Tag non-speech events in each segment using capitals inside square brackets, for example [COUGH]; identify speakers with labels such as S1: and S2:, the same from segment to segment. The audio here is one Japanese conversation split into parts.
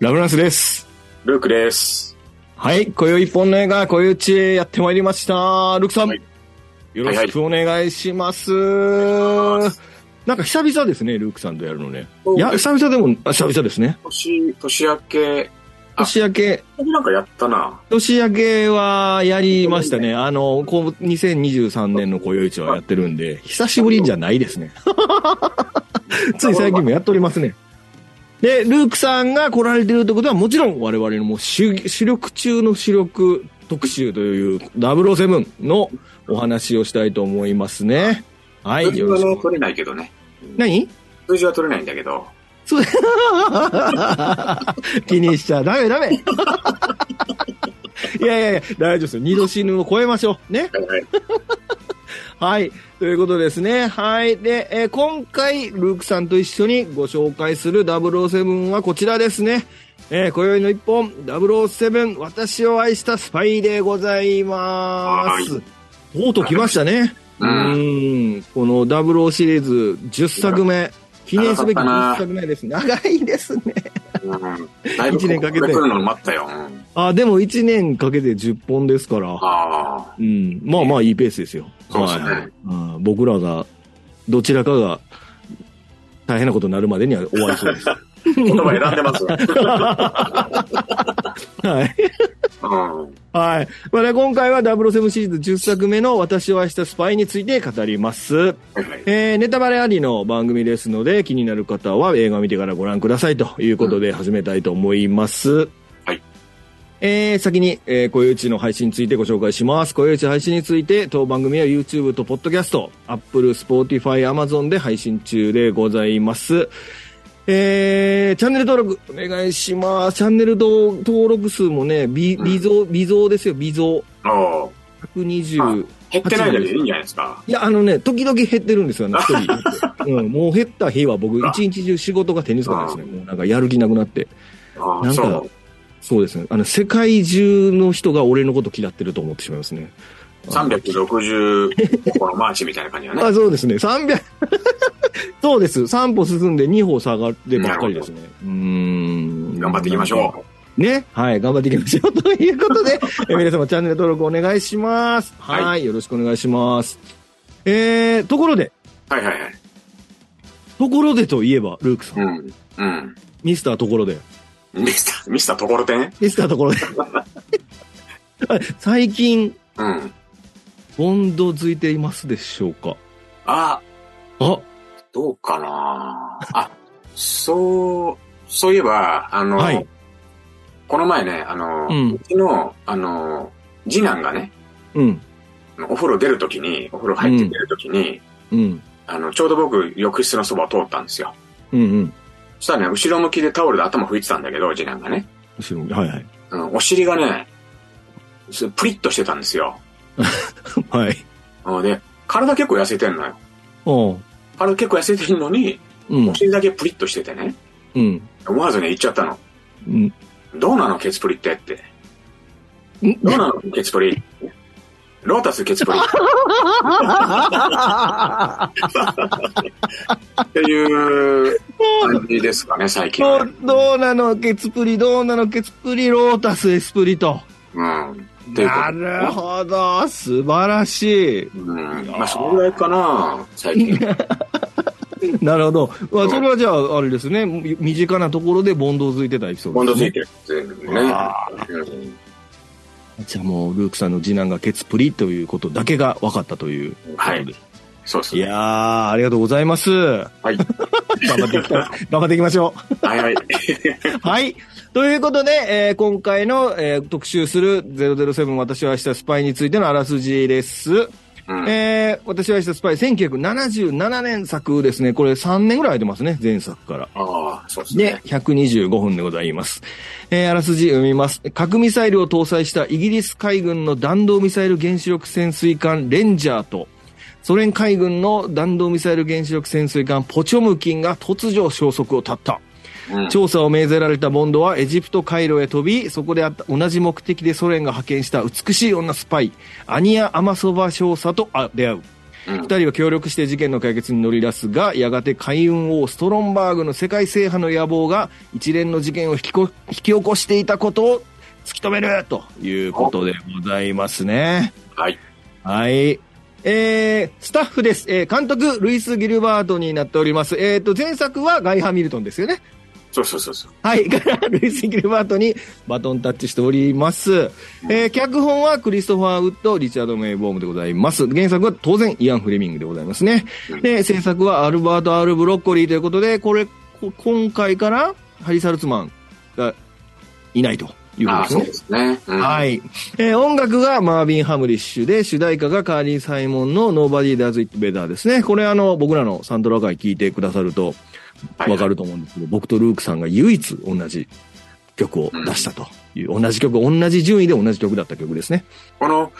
S1: ラブランスです。
S2: ルークです。
S1: はい、今宵一本の映画、今宵うちへやってまいりました。ルクさん、
S2: はい
S1: よろしくお願いします。なんか久々ですね、ルークさんとやるのね。いや、久々でも、あ久々ですね。
S2: 年、年明け、あ
S1: 年明け、
S2: なんかやったな。
S1: 年明けはやりましたね。あの、こう、2023年の今宵うちはやってるんで、久しぶりじゃない [LAUGHS] ですね。つい最近もやっておりますね。で、ルークさんが来られてるってことは、もちろん我々のもう主主力中の主力特集という007のお話をしたいと思いますね。はい、
S2: 数字
S1: よろ
S2: は
S1: し
S2: ね、
S1: く。
S2: 取れないけどね。
S1: 何
S2: 数字は取れないんだけど。
S1: そう [LAUGHS] 気にしちゃダメダ [LAUGHS] メいやいやいや、大丈夫ですよ。二度死ぬを超えましょう。ね。
S2: は
S1: は
S2: い。
S1: い。ということですね。はい。で、えー今回、ルークさんと一緒にご紹介する007はこちらですね。えー、今宵の一本、007、私を愛したスパイでございます
S2: は。
S1: とうとう来ましたね。う。
S2: うん
S1: この00シリーズ10作目、記念すべき10作目です。長いですね。
S2: うん。だいぶ
S1: 一年かけて
S2: これ来るの待ったよ。うん
S1: あ、でも1年かけて10本ですから。
S2: ああ。
S1: うん。まあまあいいペースですよ。
S2: そうですね
S1: はいうん僕らが、どちらかが大変なことになるまでには終わりそう
S2: [LAUGHS]
S1: です。
S2: 言葉選んでますわ。
S1: [LAUGHS] はい。
S2: うん。
S1: はい。まあね、今回は007シリーズ10作目の私を愛したスパイについて語ります。
S2: はい
S1: えーネタバレありの番組ですので、気になる方は映画を見てからご覧くださいということで始めたいと思います。
S2: はい。
S1: えー先に、えー、こよいちの配信についてご紹介します。こよいち配信について、当番組は YouTube と Podcast、Apple、Spotify、Amazon で配信中でございます。えーチャンネル登録お願いします。チャンネル登登録数もね、微
S2: うん
S1: 微増、微増ですよ、微増。
S2: おう
S1: 120。
S2: 減ってないだけでいいんじゃないですか。
S1: いや、あのね、時々減ってるんです
S2: [LAUGHS]
S1: よね、一人。うん、もう減った日は僕、一日中仕事が手につかないですね。もうなんかやる気なくなって。
S2: あ
S1: な
S2: あ、
S1: んか
S2: そう。
S1: そうですね。あの、世界中の人が俺のこと嫌ってると思ってしまいますね。
S2: 360このマーチみたいな感じだね。
S1: あ、そうですね。300 [LAUGHS] そうです。3歩進んで2歩下がってばっかりですね。うーん。
S2: 頑張っていきましょ
S1: う。ね。はい。頑張っていきましょう。 [LAUGHS] ということで、え皆様チャンネル登録お願いします。はい。
S2: は
S1: よろしくお願いします。えー、ところで、
S2: う。はいはいはい。
S1: ところでといえば、ルークさん。
S2: うん。うん。
S1: ミスターところで。
S2: ミスター、ミスターところてん
S1: ミスターところで。あ最近、
S2: うん。
S1: ボンドづいていますでしょうか
S2: あ、
S1: あ、
S2: どうかなあ、そう、そういえば、あの、
S1: はい
S2: この前ね、あの、
S1: う
S2: うんちの、あの、次男がね、
S1: うん、
S2: お風呂出るときに、お風呂入って出るときに、
S1: うん、
S2: あの、ちょうど僕、浴室のそばを通ったんですよ。
S1: うん、うん。
S2: そしたらね、後ろ向きでタオルで頭拭いてたんだけど、次男がね、
S1: 後ろに、はいはい。
S2: うん、お尻がね、すプリッとしてたんですよ。
S1: はい。
S2: うんで、体結構痩せてんのよ。
S1: おう
S2: 体結構痩せてるのに、
S1: うん
S2: お、尻だけプリッとしててね、
S1: うん、
S2: 思わずね、言っちゃったの。
S1: うん。
S2: どうなのケツプリってって。
S1: ん
S2: どうなのケツプリ。ロータスケツプリ。っていう感じですかね、最近
S1: ど
S2: は。
S1: うどうなのケツプリ、どうなのケツプリ、ロータスエスプリと。
S2: うん。ってい
S1: な
S2: うか
S1: るほど、素晴らし
S2: うん。まあ、そのぐらいかな、最近。
S1: い。なるほど。まあ、それはじゃあ、あれですね、み身近なところでボンドづいてたエピソー
S2: ボン
S1: ド
S2: ド
S1: です、
S2: つい
S1: ね。
S2: てるっていうね。
S1: あ
S2: うん
S1: じゃあもう、ルークさんの次男がケツプリということだけが分かったということ
S2: は
S1: で
S2: い。そうです
S1: い
S2: ね。
S1: やー、ありがとうございます。頑
S2: はい。
S1: 張っていきたい。 [LAUGHS] 頑張っていきましょ
S2: はいはい。 [LAUGHS]
S1: う。 [LAUGHS] はい。ということで、えー今回の、えー特集する007私は明日スパイについてのあらすじです。
S2: うん
S1: えー私は明日スパイ1977年作ですね。これ3年ぐらい空いてますね、前作から。
S2: ああ、そうです
S1: で
S2: ね、。
S1: 125分でございます。えーあらすじ読みます。核ミサイルを搭載したイギリス海軍の弾道ミサイル原子力潜水艦レンジャーと、ソ連海軍の弾道ミサイル原子力潜水艦ポチョムキンが突如消息を絶った。
S2: うん
S1: 調査を命ぜられたボンドはエジプト回路へ飛び、そこであった同じ目的でソ連が派遣した美しい女スパイ、アニア・アマソバ少佐とあ出会う。
S2: うん
S1: 二人は協力して事件の解決に乗り出すが、やがて海運王ストロンバーグの世界制覇の野望が一連の事件を引きこ引き起こしていたことを突き止めるということでございますね。
S2: はい。
S1: はい。えー、スタッフです。えー、監督、ルイス・ギルバートになっております。えっ、と、前作はガイ・ハミルトンですよね。
S2: そうそうそうそう。
S1: はい。 [LAUGHS] から、ルイス・ギルバートにバトンタッチしております。えー、脚本はクリストファー・ウッド、リチャード・メイ・ボームでございます。原作は当然、イアン・フレミングでございますね。で、制作はアルバート・アール・ブロッコリーということで、これ、こ今回から、ハリ・サルツマンがいないということ
S2: あ
S1: で
S2: あ、
S1: す
S2: そう
S1: ね
S2: で。すね。うん
S1: はい。えー音楽がマービン・ハムリッシュで、主題歌がカーリー・サイモンの Nobody Does It Better ですね。これあの、僕らのサントラ会聞いてくださると
S2: はい
S1: わかると思うんですけど、僕とルークさんが唯一同じ曲を出したという、同じ曲、同じ順位で同じ曲だった曲ですね。
S2: この、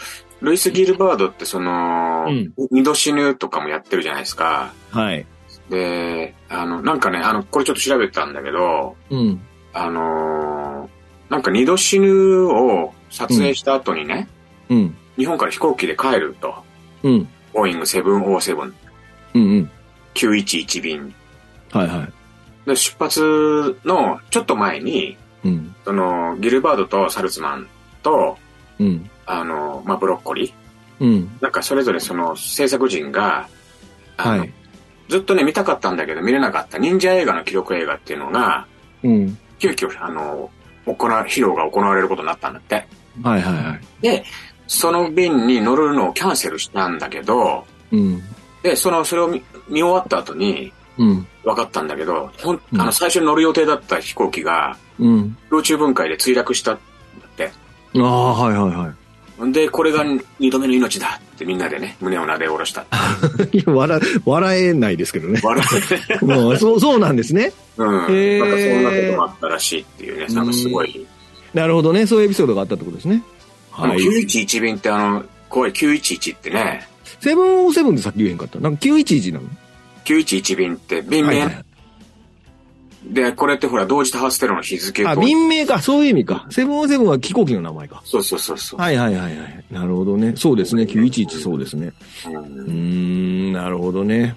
S2: ルイス・ギルバードってその、
S1: うん
S2: 二度死ぬとかもやってるじゃないですか。
S1: はい。
S2: で、あの、なんかね、あの、これちょっと調べたんだけど、
S1: うん。
S2: あのーなんか二度死ぬを撮影した後にね、
S1: うん。
S2: 日本から飛行機で帰ると。
S1: うん。
S2: ボーイング707、
S1: うんうん。
S2: 911便。
S1: はいはい。
S2: で、出発のちょっと前に、
S1: うん。
S2: その、ギルバードとサルツマンと、
S1: うん。
S2: あの、まあ、ブロッコリー。
S1: うん。
S2: なんかそれぞれその制作陣が、あの
S1: はい。
S2: ずっとね、見たかったんだけど見れなかった忍者映画の記録映画っていうのが、
S1: うん。
S2: 急遽、あの、行な、披露が行われることになったんだって。
S1: はいはいはい。
S2: で、その便に乗るのをキャンセルしたんだけど、
S1: うん。
S2: で、その、それを見見終わった後に
S1: うん。
S2: 分かったんだけど、ほん
S1: うん
S2: あの、最初に乗る予定だった飛行機が、
S1: うん。
S2: 空中分解で墜落したんだって。
S1: ああ、はいはいは
S2: んで、これが二度目の命だってみんなでね、胸を撫で下ろした。
S1: [LAUGHS] い。いや、笑、笑えないですけ [LAUGHS] どね。
S2: 笑
S1: もうそうそうなんですね。
S2: うん。なんかそ
S1: へー
S2: んなこともあったらしいっていうね、なんかすごい。
S1: なるほどね。そういうエピソードがあったってことですね。
S2: あの
S1: はい。
S2: 911便ってあの、怖い911ってね、
S1: セブンオーセブンでさっき言えへんかった。なんか911なの
S2: 911便って便
S1: はい
S2: 名、
S1: はい
S2: で、これってほら、同時多発テロの日付と。
S1: あ、民名か。そういう意味か。セブンオーセブンは飛行機の名前か。
S2: そうそうそうそう。
S1: はいはいはいはい。なるほどね。そうですね。911そうですね。
S2: う
S1: うーん、
S2: ん。
S1: なるほどね。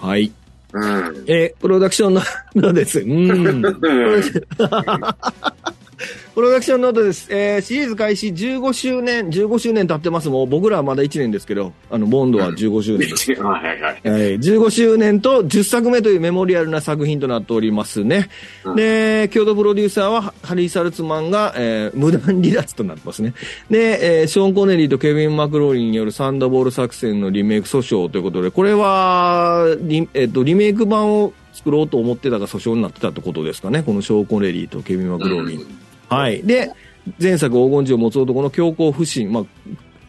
S1: はい。
S2: うん。
S1: えープロダクションの [LAUGHS] のです。うーん。プロダクションノートです。えーシリーズ開始15周年、15周年経ってます。もう僕らはまだ1年ですけど、あの、ボンドは15周年です。
S2: はいはい。
S1: はい、15周年と10作目というメモリアルな作品となっておりますね。
S2: うん
S1: で、共同プロデューサーはハリー・サルツマンが、えー無断離脱となってますね。で、えーショーン・コネリーとケビン・マクローリンによるサンダーボール作戦のリメイク訴訟ということで、これはリ,、えっとリメイク版を作ろうと思ってたが訴訟になってたってことですかね。このショーン・コネリーとケビン・マクローリン。はい。で、前作黄金銃を持つ男の強行不信、まあ、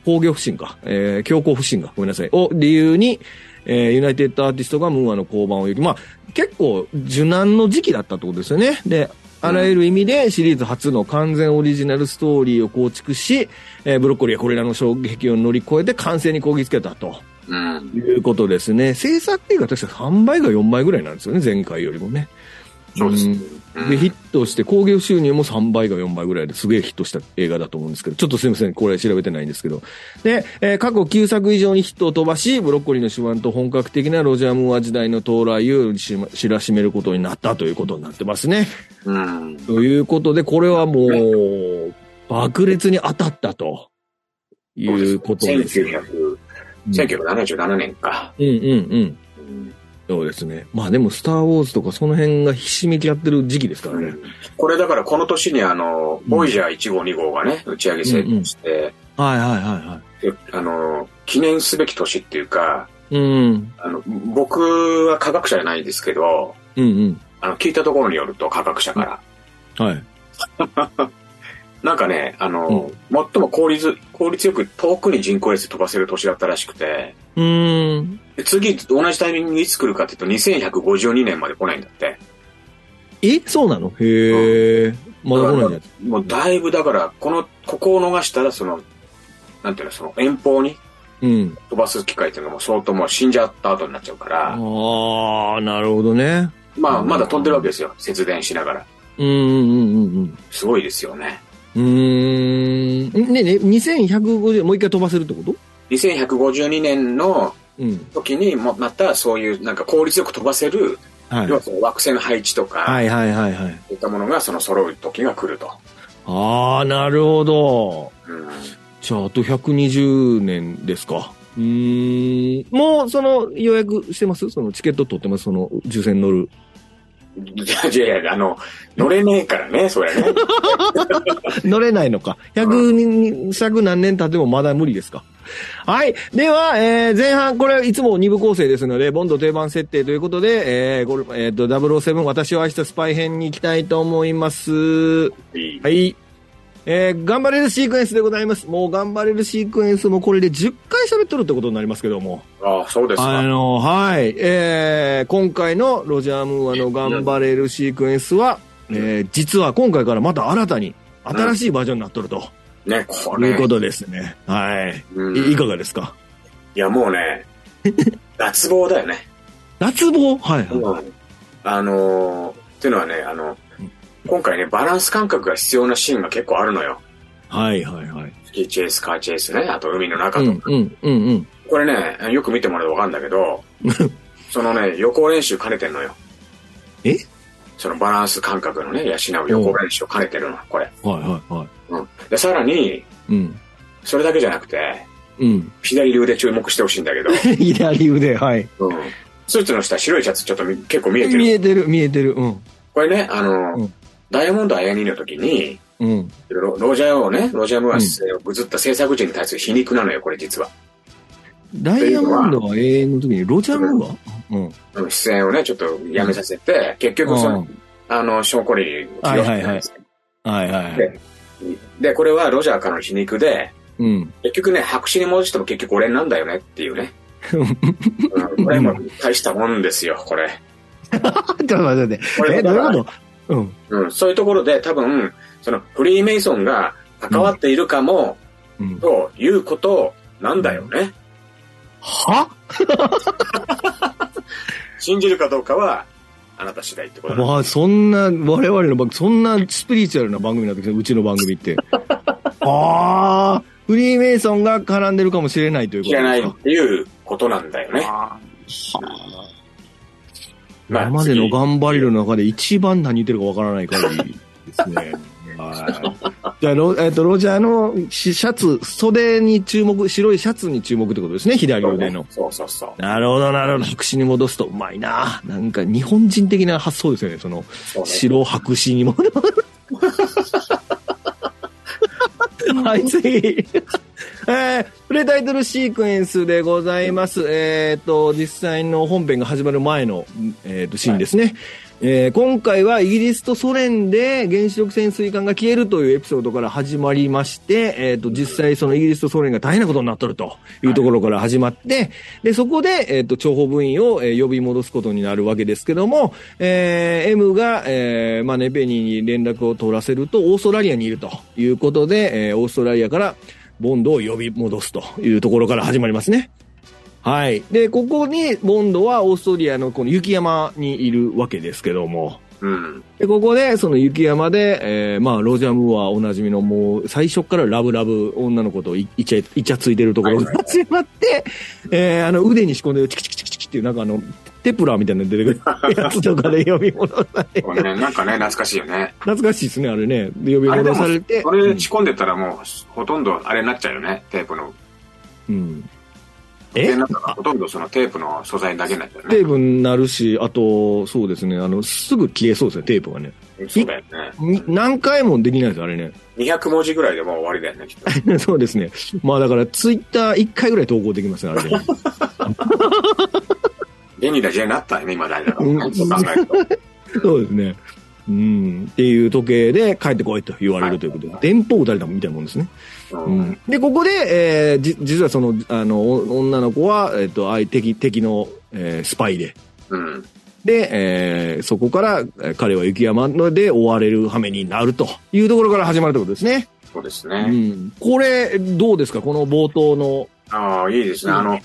S1: 工業不信か、えー、強行不信が、ごめんなさい、を理由に、えー、ユナイテッドアーティストがムーアの交番を行き、まあ、結構受難の時期だったってことですよね。で、あらゆる意味でシリーズ初の完全オリジナルストーリーを構築し、えー、ブロッコリーはこれらの衝撃を乗り越えて完成にこぎつけたと
S2: うん。
S1: いうことですね。制作費が確か3倍か4倍ぐらいなんですよね、前回よりもね。
S2: そうですね。
S1: で、ヒットして、興行収入も3倍か4倍ぐらいですげえヒットした映画だと思うんですけど、ちょっとすいません、これ調べてないんですけど。で、えー過去9作以上にヒットを飛ばし、ブロッコリーの手腕と本格的なロジャー・ムーア時代の到来をしま知らしめることになったということになってますね。
S2: うん。
S1: ということで、これはもう、爆裂に当たったと。いうことですよ。
S2: 1900
S1: うん
S2: 1977年か。
S1: うんうんうん。
S2: うん
S1: そうですね。まあでも、スター・ウォーズとかその辺がひしめき合ってる時期ですからね。
S2: これだからこの年にあの、ボイジャー1号2号がね、打ち上げ成功して、
S1: はいはいはいは
S2: であの、記念すべき年っていうか、
S1: い。うん。
S2: あの、僕は科学者じゃないですけど、
S1: うんうん。
S2: あの、聞いたところによると科学者から、
S1: はい。
S2: なんかね、あの、最も効率、効率よく遠くに人工衛星飛ばせる年だったらしくて、
S1: うーん。
S2: で次、同じタイミングでいつ来るかっていうと2152年まで来ないんだって。
S1: えそうなのへえ。まだ来ないんだ。
S2: もうだいぶだから、この、ここを逃したら、その、なんていうの、その遠方に
S1: うん。
S2: 飛ばす機会っていうのがもう相当もう死んじゃった後になっちゃうから、
S1: ああ、なるほどね。
S2: まあ、まだ飛んでるわけですよ。節電しながら。
S1: うんうんうんうん
S2: すごいですよね。
S1: うん。うーん。ねえねえ、2150、もう一回飛ばせるってこと
S2: 2152年の
S1: うん。
S2: 時にもまたそういうなんか効率よく飛ばせる、
S1: はい
S2: 要。はその惑星の配置とか、
S1: はいはいはいはい。
S2: そういったものがその揃う時が来ると。
S1: ああ、なるほど。
S2: うん
S1: じゃあ、あと120年ですか。うーん。もう、その、予約してますその、チケット取ってますその、受選乗る。
S2: いやいやいや、あの、乗れねえからね、それね。
S1: 乗れないのか。100に、100何年経ってもまだ無理ですか。はい。では、えー前半、これ、いつも2部構成ですので、ボンド定番設定ということで、えー、これ、えっ、と、007、私を愛したスパイ編に行きたいと思います。
S2: いい
S1: はい。えー、頑張れるシークエンスでございます。もう頑張れるシークエンスもこれで10回喋っとるってことになりますけども。
S2: ああ、そうです
S1: あ
S2: か。
S1: の、はい。えー、今回のロジャー・ムーアの頑張れるシークエンスは、
S2: うん
S1: えー、実は今回からまた新たに、新しいバージョンになっとると
S2: ね、こ
S1: い
S2: れ。
S1: うことですね。はい。
S2: うん
S1: いい
S2: い
S1: かがですか
S2: や、も
S1: [LAUGHS]
S2: うね、脱帽だよね。
S1: 脱帽はいはい。
S2: うんあのー、っていうのはね、あの
S1: うん、
S2: 今回ね、バランス感覚が必要なシーンが結構あるのよ。
S1: はいはいはい。
S2: スキーチェイス、カーチェイスね、あと海の中
S1: う
S2: と
S1: ん
S2: か。
S1: うんうんうん。
S2: これね、よく見てもらうとわかるんだ
S1: [LAUGHS]
S2: けど、そのね、予行練習兼ねてんのよ。
S1: え
S2: そのバランス感覚のね、養う予行練習を兼ねてるの、これ。
S1: はいはいは
S2: うん。で、さらに、
S1: い。うん。
S2: それだけじゃなくて、
S1: うん。 [LAUGHS]
S2: 左流で注目してほしいんだけど、
S1: 左腕、はい。
S2: うん。スーツの下、白いシャツちょっとみ結構見えて
S1: 見
S2: る。
S1: えてる、見えてる。うん。
S2: これね、あの、
S1: うん
S2: ダイヤモンド・アヤニーの時に、
S1: うん。
S2: ロロジャーをね、ロジャー・ムーアスをぐずった制作人に対する皮肉なのよ、これ実は。
S1: ダイヤモンドは永遠の時にロジャー・ムーアうん。
S2: あの出演をね、ちょっとやめさせて、結局その、
S1: うん
S2: あの、ショーン・コリーを起用したんですよ
S1: はいはいはい。
S2: で、これはロジャーからの皮肉で、
S1: うん。
S2: 結局ね、白紙に戻しても結局俺なんだよねっていう
S1: [LAUGHS]
S2: ね。うんこれも大したもんですよ、これ。
S1: ちょっと待って待って。
S2: これ
S1: え、どういうことうん。
S2: うん、そういうところで多分、そのフリーメイソンが関わっているかも、
S1: うん
S2: ということなんだよね。
S1: は
S2: 信じるかどうかは、あなた次第ってことだ。
S1: わあ、そんな、我々の番組、そんなスピリチュアルな番組になってきた、うちの番組
S2: [LAUGHS]
S1: って。ああ、フリーメイソンが絡んでるかもしれないというこ
S2: 知
S1: と
S2: らない
S1: です
S2: っ
S1: か。
S2: ていうことなんだよね。まあ
S1: 今までの頑張れる中で一番何言ってるかわからない限りです
S2: [LAUGHS]
S1: ね。はい。じゃあ、ロ,、えっとロジャーのシシャツ、袖に注目、白いシャツに注目ってことですね、左腕の。
S2: そうそうそう。
S1: なるほど、なるほど。白紙に戻すと、うまいな。なんか日本人的な発想ですよね、その。
S2: そうね
S1: 白白紙にも。
S2: [LAUGHS]
S1: はい、次。えー、プレタイトルシークエンスでございます。えっ、と、実際の本編が始まる前の、えー、とシーンですね。えー今回はイギリスとソ連で原子力潜水艦が消えるというエピソードから始まりまして、えー、と実際そのイギリスとソ連が大変なことになっとるというところから始まって、でそこで、えー、と諜報部員を、えー呼び戻すことになるわけですけども、えー M が、えーまあね、ペニーに連絡を取らせるとオーストラリアにいるということで、えーオーストラリアからボンドを呼び戻すというところから始まりますね。はい。で、ここに、ボンドはオーストリアのこの雪山にいるわけですけども、
S2: うん。
S1: で、ここで、その雪山で、えー、まあ、ロジャムはおなじみの、もう、最初からラブラブ、女の子といいちゃ、いちゃついてるところが
S2: はいはい
S1: 始まって、えー、あの、腕に仕込んでるチキチキチキチキっていう、なんかあの、テプラみたいなの出てく
S2: [LAUGHS]
S1: るやつとかで呼び戻され、
S2: これね、なんかね、懐かしいよね。
S1: 懐かしいですね、あれね。で呼び
S2: あれで
S1: 戻
S2: も
S1: されて、
S2: それ仕込んでたらもう、ほとんどあれになっちゃうよね、テープの。
S1: うん。うん
S2: で、
S1: え
S2: なんかほとんどそのテープの素材だけになっちゃう
S1: テ
S2: ね。
S1: ープになるし、あと、そうですね、あの、すぐ消えそうですね、テープがね。
S2: そうだよね
S1: に。何回もできないです、あれね。 [LAUGHS]
S2: 200文字ぐらいでもう終わりだよね、き [LAUGHS] っと。
S1: そうですね。まあだから、ツイッター1回ぐらい投稿できますね、あれね。
S2: 便利な時代になったよね、今だいだろ。
S1: うん
S2: そう考えると。
S1: そうですね。うん。っていう時計で帰ってこいと言われるということで、電報打たれたみたいなもんですね。
S2: う
S1: うんん。で、ここで、えーじ、実はその、あの、お女の子は、えっ、と、相敵、敵の、えースパイで。
S2: うん。
S1: で、えーそこから、えー彼は雪山ので追われる羽目になるというところから始まるということですね。
S2: そうです
S1: う
S2: ね。
S1: ん。これ、どうですかこの冒頭の。
S2: ああ、いいですね。あの、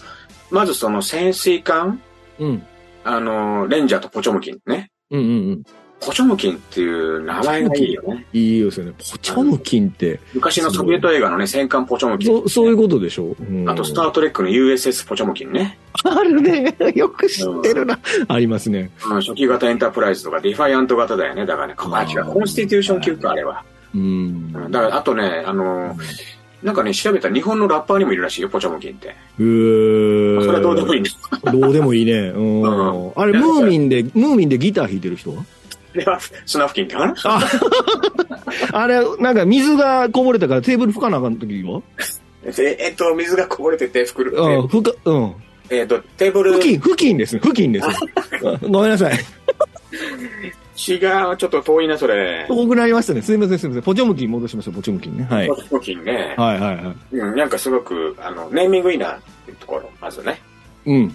S2: まずその潜水艦、
S1: うん。
S2: あの、レンジャーとポチョムキンね。
S1: うんうんうん。
S2: ポチョムキンっていう名前がいいよね。
S1: いいですよね。ポチョムキンって、
S2: 昔のソビエト映画のね、戦艦ポチョムキン。
S1: そそういうことでしょ、うん
S2: あと、スタートレックの USS ポチョムキンね。
S1: あるね。 [LAUGHS] よく知ってるな。ありますね。
S2: うん初期型エンタープライズとか、ディファイアント型だよね。だからね、こあ、違う、コンスティテューション級か、あれは。
S1: うん。
S2: うんだから、あとね、あのー、なんかね、調べたら日本のラッパーにもいるらしいよ、ポチョムキンって。
S1: うー
S2: それはどうでもいいんだ。
S1: どうでもいいね。うん。
S2: うん
S1: あれ、ムーミンで、ムーミンでギター弾いてる人は
S2: [LAUGHS] あれは、スナフキンかな
S1: あれ、なんか水がこぼれたからテーブル拭かなあかん時は
S2: ええっと、水がこぼれてて、袋、
S1: うん、拭か、うん。
S2: えっと、テーブル、
S1: 付
S2: 違う、
S1: 近、付近です。付
S2: [LAUGHS]
S1: 近です。うんごめんなさい。
S2: ちょっと遠いな、それ。
S1: 遠くなりましたね。すいません、すいません。ポチョムキン戻しましょう、ポチョムキンね。はい。
S2: ポ
S1: は
S2: チョムキンね、
S1: い、はい、は
S2: うん、なんかすごく、あの、ネーミングいいなっていうところ、まずね。
S1: い。うん。
S2: うん。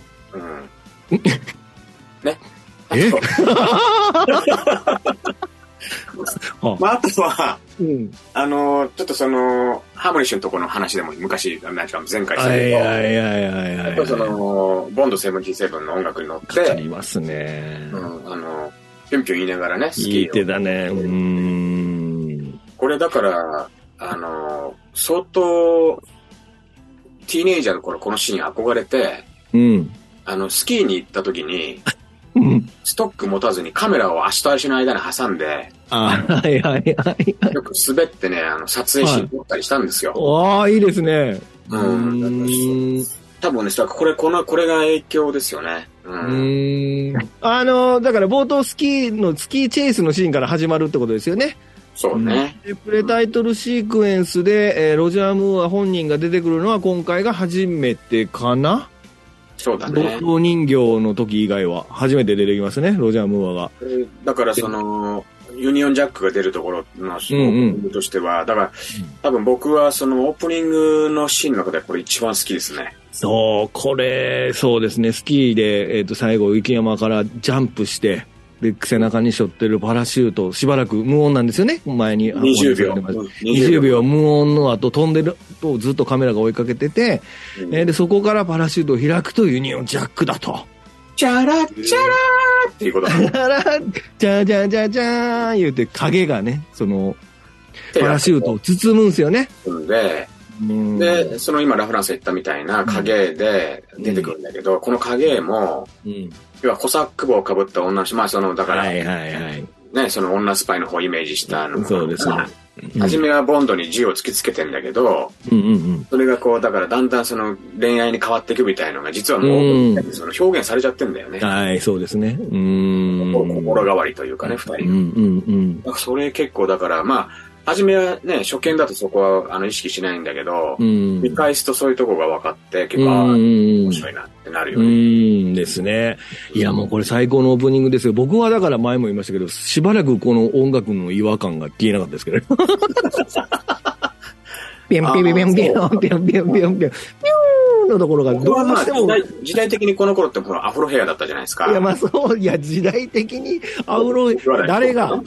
S1: え
S2: まあ、あとは、
S1: うん。
S2: あの、ちょっとその、ハーモニッシュのところの話でも昔、なんか前回した
S1: はい
S2: け
S1: は
S2: ど、
S1: いはいはいは
S2: やっ
S1: い
S2: ぱりそ
S1: は
S2: の、ボンド77の音楽に乗っ
S1: い。あ
S2: て、
S1: りますね。
S2: うん、あの、ぴょんぴょん言いながらね、ス
S1: い
S2: キ
S1: い手
S2: ーを。
S1: だね。うーん。
S2: これだから、あの、相当、ティーネイジャーの頃このシーンに憧れて、
S1: うん。
S2: あの、スキーに行った時に、
S1: うん。
S2: ストック持たずにカメラを足と足の間に挟んで、
S1: あ、はいはいはい。
S2: よく滑ってね、あの、撮影しに撮ったりしたんですよ。
S1: ああ、いいですね。う
S2: う
S1: ー
S2: ん。だから
S1: ん。
S2: 多分ね、だからこれ、この、これが影響ですよね。
S1: う
S2: うん。
S1: ーんあの、だから冒頭スキーの、スキーチェイスのシーンから始まるってことですよね。
S2: そうね。
S1: でプレタイトルシークエンスで、えーロジャー・ムーア本人が出てくるのは今回が初めてかな
S2: そうだね。
S1: 同人形の時以外は初めて出てきますね、ロジャー・ムーアが。
S2: だからその、ユニオンジャックが出るところのその
S1: うんうん
S2: オープニングとしては、だから、多分僕はそのオープニングのシーンの中でこれ一番好きですね。
S1: そう、これ、そうですね、スキーで、えっ、と、最後、雪山からジャンプして、で、背中に背負ってるパラシュート、しばらく無音なんですよね、前に。
S2: 20
S1: あお話しされ
S2: 秒。
S1: てました
S2: 20
S1: 20。秒無音の後、飛んでるとずっとカメラが追いかけてて、
S2: うん
S1: えーで、そこからパラシュートを開くとユニオンジャックだと。
S2: チャラチャラーっていうことだ。
S1: あら、じゃじゃじゃじゃーん言うて影がね、その、パラシュートを包むんすよね。
S2: ト。で、
S1: うん
S2: で、その今ラフランス言ったみたいな影で出てくるんだけど、この影も、
S1: うん
S2: 要はコサック帽をかぶった女の人、まあその、だから、
S1: はいはいはい。
S2: ね、その女スパイの方をイメージしたあの
S1: そうですね
S2: まあ
S1: うん
S2: 初めはボンドに銃を突きつけてんだけど、
S1: うんうん
S2: それがこう、だからだんだんその恋愛に変わっていくみたいのが、実はもう、
S1: うん
S2: その表現されちゃってんだよね
S1: うん。。はい、そうですね。うーん。
S2: こう心変わりというかね、
S1: う
S2: 二
S1: ん
S2: 人。
S1: うんうん。
S2: なんかそれ結構だから、まあ、初めはね、初見だとそこはあの意識しないんだけど
S1: う、ん。
S2: 見返すとそういうとこが分かって、結
S1: う
S2: 構、ああ、面
S1: ん。
S2: 白いなってなるよ
S1: う
S2: ね。
S1: ーんですね。いや、もうこれ最高のオープニングですよ。僕はだから前も言いましたけど、しばらくこの音楽の違和感が消えなかったです [LAUGHS] けどね。ピョンピョンピョンピョンピョンピョンピョンピョンピョンピョンピョンピョンピョンピョンのところが
S2: 僕
S1: ど
S2: は
S1: う
S2: まあ
S1: して
S2: 時
S1: も、
S2: 代
S1: い、
S2: 時代的にこの頃ってほらアフロヘアだったじゃないですか。
S1: や、まあそう、いや、時代的に、アウロ、誰 [LAUGHS] が、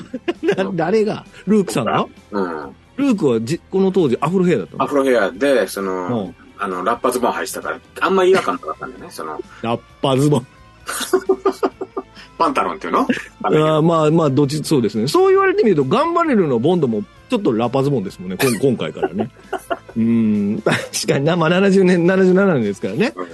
S1: な誰が、ルークさんが
S2: うん。
S1: ルークはじこの当時アフロヘアだった
S2: ア
S1: の
S2: フロヘアで、その、
S1: うん
S2: あの、ラッパズボン履いてたから、あんま違和感なかったんだよね。その、
S1: ラッパズボン。
S2: パンタロンっていうの
S1: あーまあまあ、どっち、そうですね。そう言われてみると、頑張れるのボンドも、ちょっとラパズボンですもんね、 [LAUGHS] こん今回からね。うん、確かにな、まあ70年、77年ですからね。
S2: うん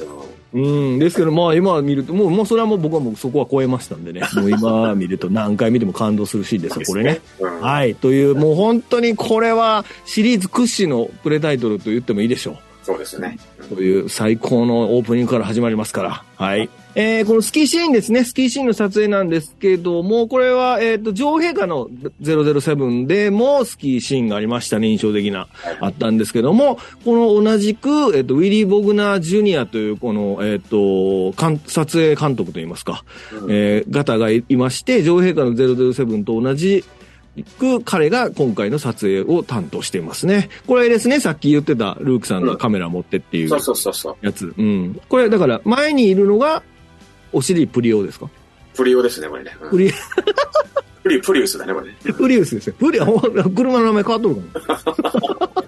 S1: うん、ですけど、まあ今見ると、もう、もうそれはもう僕はもうそこは超えましたんでね。もう今見ると何回見ても感動するシーンですよ、これね。。
S2: うん
S1: はい、という、もう本当にこれはシリーズ屈指のプレタイトルと言ってもいいでしょう。
S2: そうですね。
S1: という最高のオープニングから始まりますから。はい。えー、このスキーシーンですね。スキーシーンの撮影なんですけども、これは、えっ、と、女王陛下の007でもスキーシーンがありましたね。印象的な、あったんですけども、この同じく、えっ、と、ウィリー・ボグナー・ジュニアという、この、えっ、と、かん撮影監督といいますか、
S2: うん
S1: えー、方がいまして、女王陛下の007と同じく彼が今回の撮影を担当していますね。これですね、さっき言ってたルークさんがカメラ持ってっていう
S2: そうそうそうそう。
S1: やつ。うん。これ、だから、前にいるのが、お尻プリオですか
S2: プリオですね、これね。うん
S1: プリ、
S2: プリ、プリウスだね、これね。
S1: プリウスですよ。プリオ、車の名前変わっとるか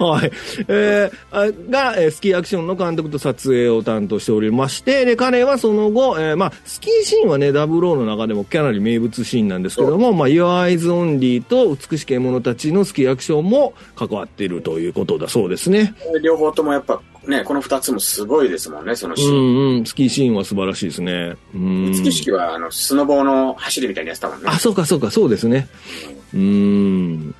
S1: も。 [LAUGHS] はい。えーあ、が、えースキーアクションの監督と撮影を担当しておりまして、で、彼はその後、えーまあ、スキーシーンはね、ダブローの中でもかなり名物シーンなんですけども、まあ、Your Eyes Only と美しき獲物たちのスキーアクションも関わっているということだそうですね。
S2: 両方ともやっぱね、この二つもすごいですもんね、その
S1: う
S2: シーン。
S1: んうん、スキーシーンは素晴らしいですね。うん。
S2: 美しきは、あの、スノボーの走りみたいなやつだもんね
S1: あ、。そうかそうか、そうですね。うーん。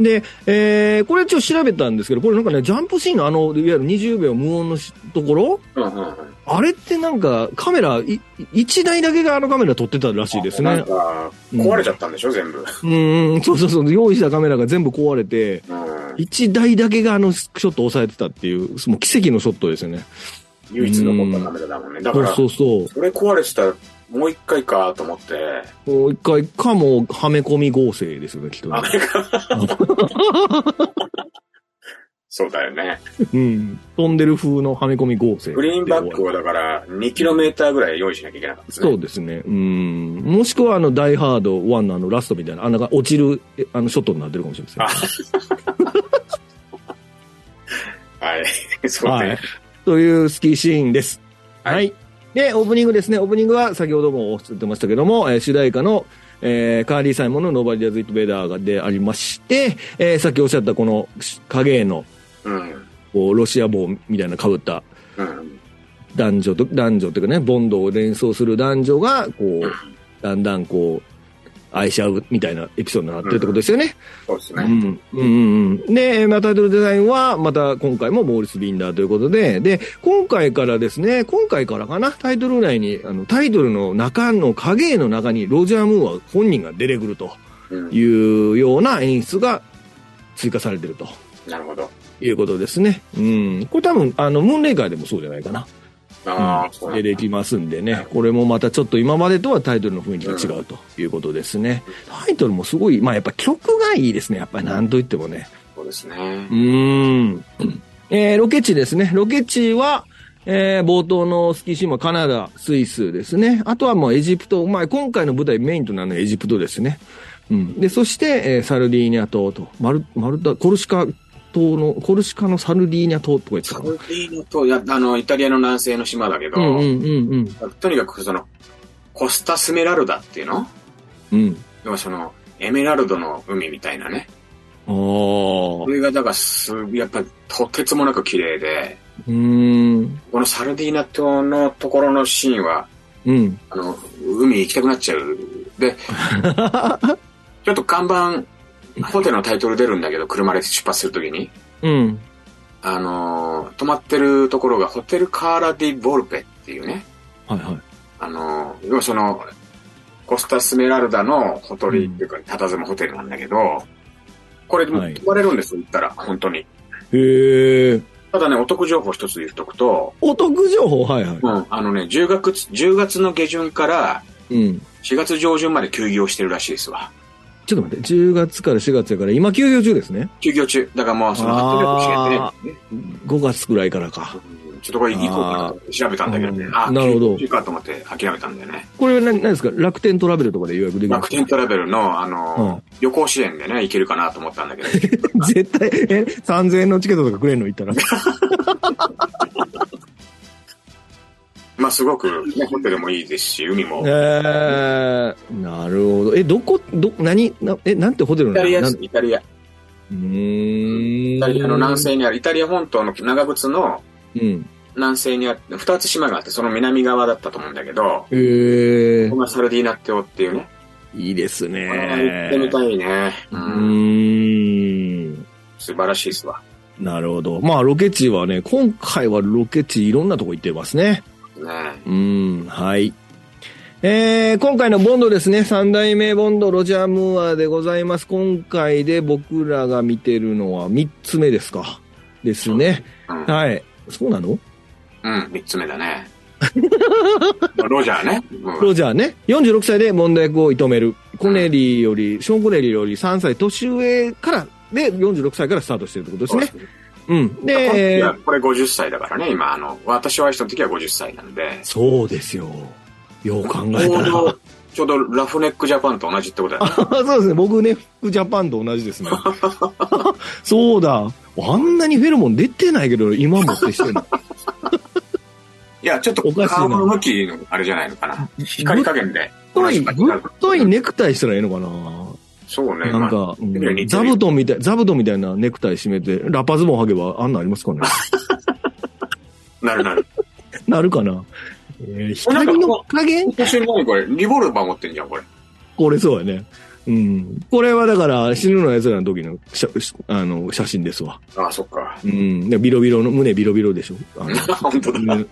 S1: で、えーこれちょっと調べたんですけど、これなんかね、ジャンプシーンのあの、いわゆる20秒無音のしところ
S2: うんうんうん。
S1: あれってなんかカメラ、い1台だけがあのカメラ撮ってたらしいです
S2: な
S1: ね
S2: ん。か、壊れちゃったんでしょ、全部。
S1: うんうん、そうそうそう、用意したカメラが全部壊れて、
S2: うん。
S1: 1台だけがあのショットを抑えてたっていう、もう奇跡のショットですよね。
S2: 唯一残ったカメラだもんね。だ
S1: そ
S2: か
S1: う
S2: ら、
S1: そ
S2: そう
S1: そ
S2: れ壊れてたら、もう一回かと思って、
S1: う。もう一回かもうはめ込み合成ですよね、きっとね
S2: あ。れか。
S1: [LAUGHS]
S2: そうだよね。
S1: うん。飛んでる風のはめ込み合成。
S2: グリーンバックをだから、2km ぐらい用意しなきゃいけなかったですね。
S1: そうですね。うん。もしくは、あの、ダイハード1のあの、ラストみたいな、あの、落ちる、えあの、ショットになってるかもしれません。
S2: はい。 [LAUGHS] そう
S1: はい
S2: ね。
S1: というスキーシーンです。
S2: はい
S1: はい。で、オープニングですね。オープニングは先ほどもおっしゃってましたけども、えー主題歌の、えーカーリー・サイモンの Nobody Does It Better でありまして、えーさっきおっしゃったこの影絵の
S2: うん。
S1: こうロシア帽みたいな被った
S2: うん。
S1: 男女と、男女というかね、ボンドを連想する男女が、こう、だんだんこう、愛し合うみたいなエピソードになってるってことですよね。
S2: そうです
S1: う
S2: ね。
S1: んうんうんうん。で、まあ、タイトルデザインは、また今回もモーリス・ビンダーということで、で、今回からですね、今回からかな、タイトル内に、あの、タイトルの中の影絵の中に、ロジャー・ムーア本人が出てくると
S2: うん
S1: いうような演出が追加されてると
S2: なるほど。
S1: いうことですね。うん。これ多分、あの、ムーンレイカーでもそうじゃないかな。
S2: ああ、そうな
S1: 出て
S2: んだ。
S1: きますんでね、これもまたちょっと今までとはタイトルの雰囲気が違うということですね。タイトルもすごい、まあやっぱ曲がいいですね、やっぱりなんといってもね。
S2: そうですね
S1: う。ーん。えーロケ地ですね。ロケ地は、えー冒頭のスキーシーンはカナダ、スイスですね。あとはもうエジプト。まあ、今回の舞台メインとなるのはエジプトですね。うん。で、そして、えーサルディーニャ島と、マル、マルタ、コルシカ島の、コルシカのサルディーニャ島とか言って
S2: サ
S1: た
S2: ル
S1: かな。
S2: ディーニャと、いや、あの、イタリアの南西の島だけど、
S1: うんうんうん
S2: とにかくその、コスタスメラルダっていうの
S1: うん。
S2: 要はその、エメラルドの海みたいなね。
S1: うん。あ
S2: これがだからす、やっぱりとてつもなく綺麗で、
S1: あ。うーん。
S2: このサルディーナ島のところのシーンは、
S1: うん。
S2: あの、海行きたくなっちゃう。
S1: [LAUGHS]
S2: で、ちょっと看板、ホテルのタイトル出るんだけど、車で出発するときに、
S1: うん。
S2: あのー、泊まってるところがホテルカーラディ・ボルペっていうね、
S1: はいはい。
S2: あのー、要はその、コスタ・スメラルダのほとりっていうか、佇むホテルなんだけど、これ、泊
S1: はい
S2: まれるんですよ、行ったら、本当に。
S1: へえ。
S2: ただね、お得情報一つ言っとくと、
S1: お得情報はいはい。
S2: うん、あのね、10月、10月の下旬から
S1: うん。
S2: 4月上旬まで休業してるらしいですわ。
S1: ちょっと待って、10月から4月やから、今休業中ですね。
S2: 休業中。だからもう、その、働
S1: あ
S2: く教えてね。
S1: 5月くらいからか。
S2: うんちょっとこれ行こうかなと思って調べたんだけどね
S1: う。ん
S2: あ、
S1: なるほど
S2: 休業中かと思って諦めたんだよね。
S1: これは何何ですか楽天トラベルとかで予約できま
S2: 楽
S1: す
S2: 天トラベルの、あの、旅行支援でね、行けるかなと思ったんだけど。
S1: [LAUGHS] 絶対、え、3000円のチケットとかくれんの言ったら。
S2: まあ、すごく、ね、ホテルもいいですし、海も。イ
S1: えー、なるほど。え、どこ、ど、何なえ、なんてホテルな
S2: タ
S1: の
S2: リア
S1: な
S2: で
S1: ん
S2: す、イタリア。
S1: うーん。
S2: イタリアの南。西にある、イタリア本島の長靴の
S1: うん。
S2: 南西にあって、二つ島があって、その南側だったと思うんだけど、
S1: えー
S2: ここ、がサルディーナ島っていうね。
S1: いいですね。
S2: あー行ってみたいね。
S1: う
S2: うん。
S1: ーん。
S2: 素晴らしいですわ。
S1: なるほど。まあ、ロケ地はね、今回はロケ地いろんなとこ行ってますね。
S2: ね
S1: うーん、はい。えー、今回のボンドですね。三代目ボンド、ロジャー・ムーアでございます。今回で僕らが見てるのは3つ目ですか。ですね。
S2: うん。
S1: はい。そうなの
S2: うん、三つ目
S1: [LAUGHS]
S2: だね。まあロジャーね。うん
S1: ロジャーね。46歳で問題役を射止める。コネリーより、ショーン・コネリーより3歳年上から、で、46歳からスタートしてるってことですね。うん。
S2: い
S1: で、
S2: やこれ50歳だからね、今、あの、私は人の時は50歳なんで。
S1: そうですよ。よう考
S2: ち
S1: え
S2: ょ
S1: た
S2: う
S1: ら。
S2: ど、ちょうどラフネックジャパンと
S1: [LAUGHS]
S2: 同じってことだね。
S1: あそうですね。僕ね、フックジャパンと同じですね。そうだ。あんなにフェロモン出てないけど、今もってしてんの。
S2: いや、ちょっと
S1: おかしいな
S2: 顔の向きの、あれじゃないのかな。 [LAUGHS] 光加減で。
S1: 太い、
S2: 同じ
S1: ぶっといネクタイしたらええのかな
S2: そうね。
S1: なん
S2: まあ
S1: か、うん
S2: 似てる
S1: 座布団みたい、座布団みたいなネクタイ締めて、ラッパズボン履けばあんなんあります
S2: [LAUGHS]
S1: かね
S2: なるな [LAUGHS] る。
S1: なるかなえー光の加減
S2: 面白いなこれ。リボルバー持ってんじゃん、これ。
S1: これそうやね。うん。これはだから、死ぬの奴らの時の写あの写真ですわ。
S2: ああ、そっか。
S1: うん。でビロビロの、胸ビロビロでしょ。あの [LAUGHS]
S2: 本当だ。 [LAUGHS] なる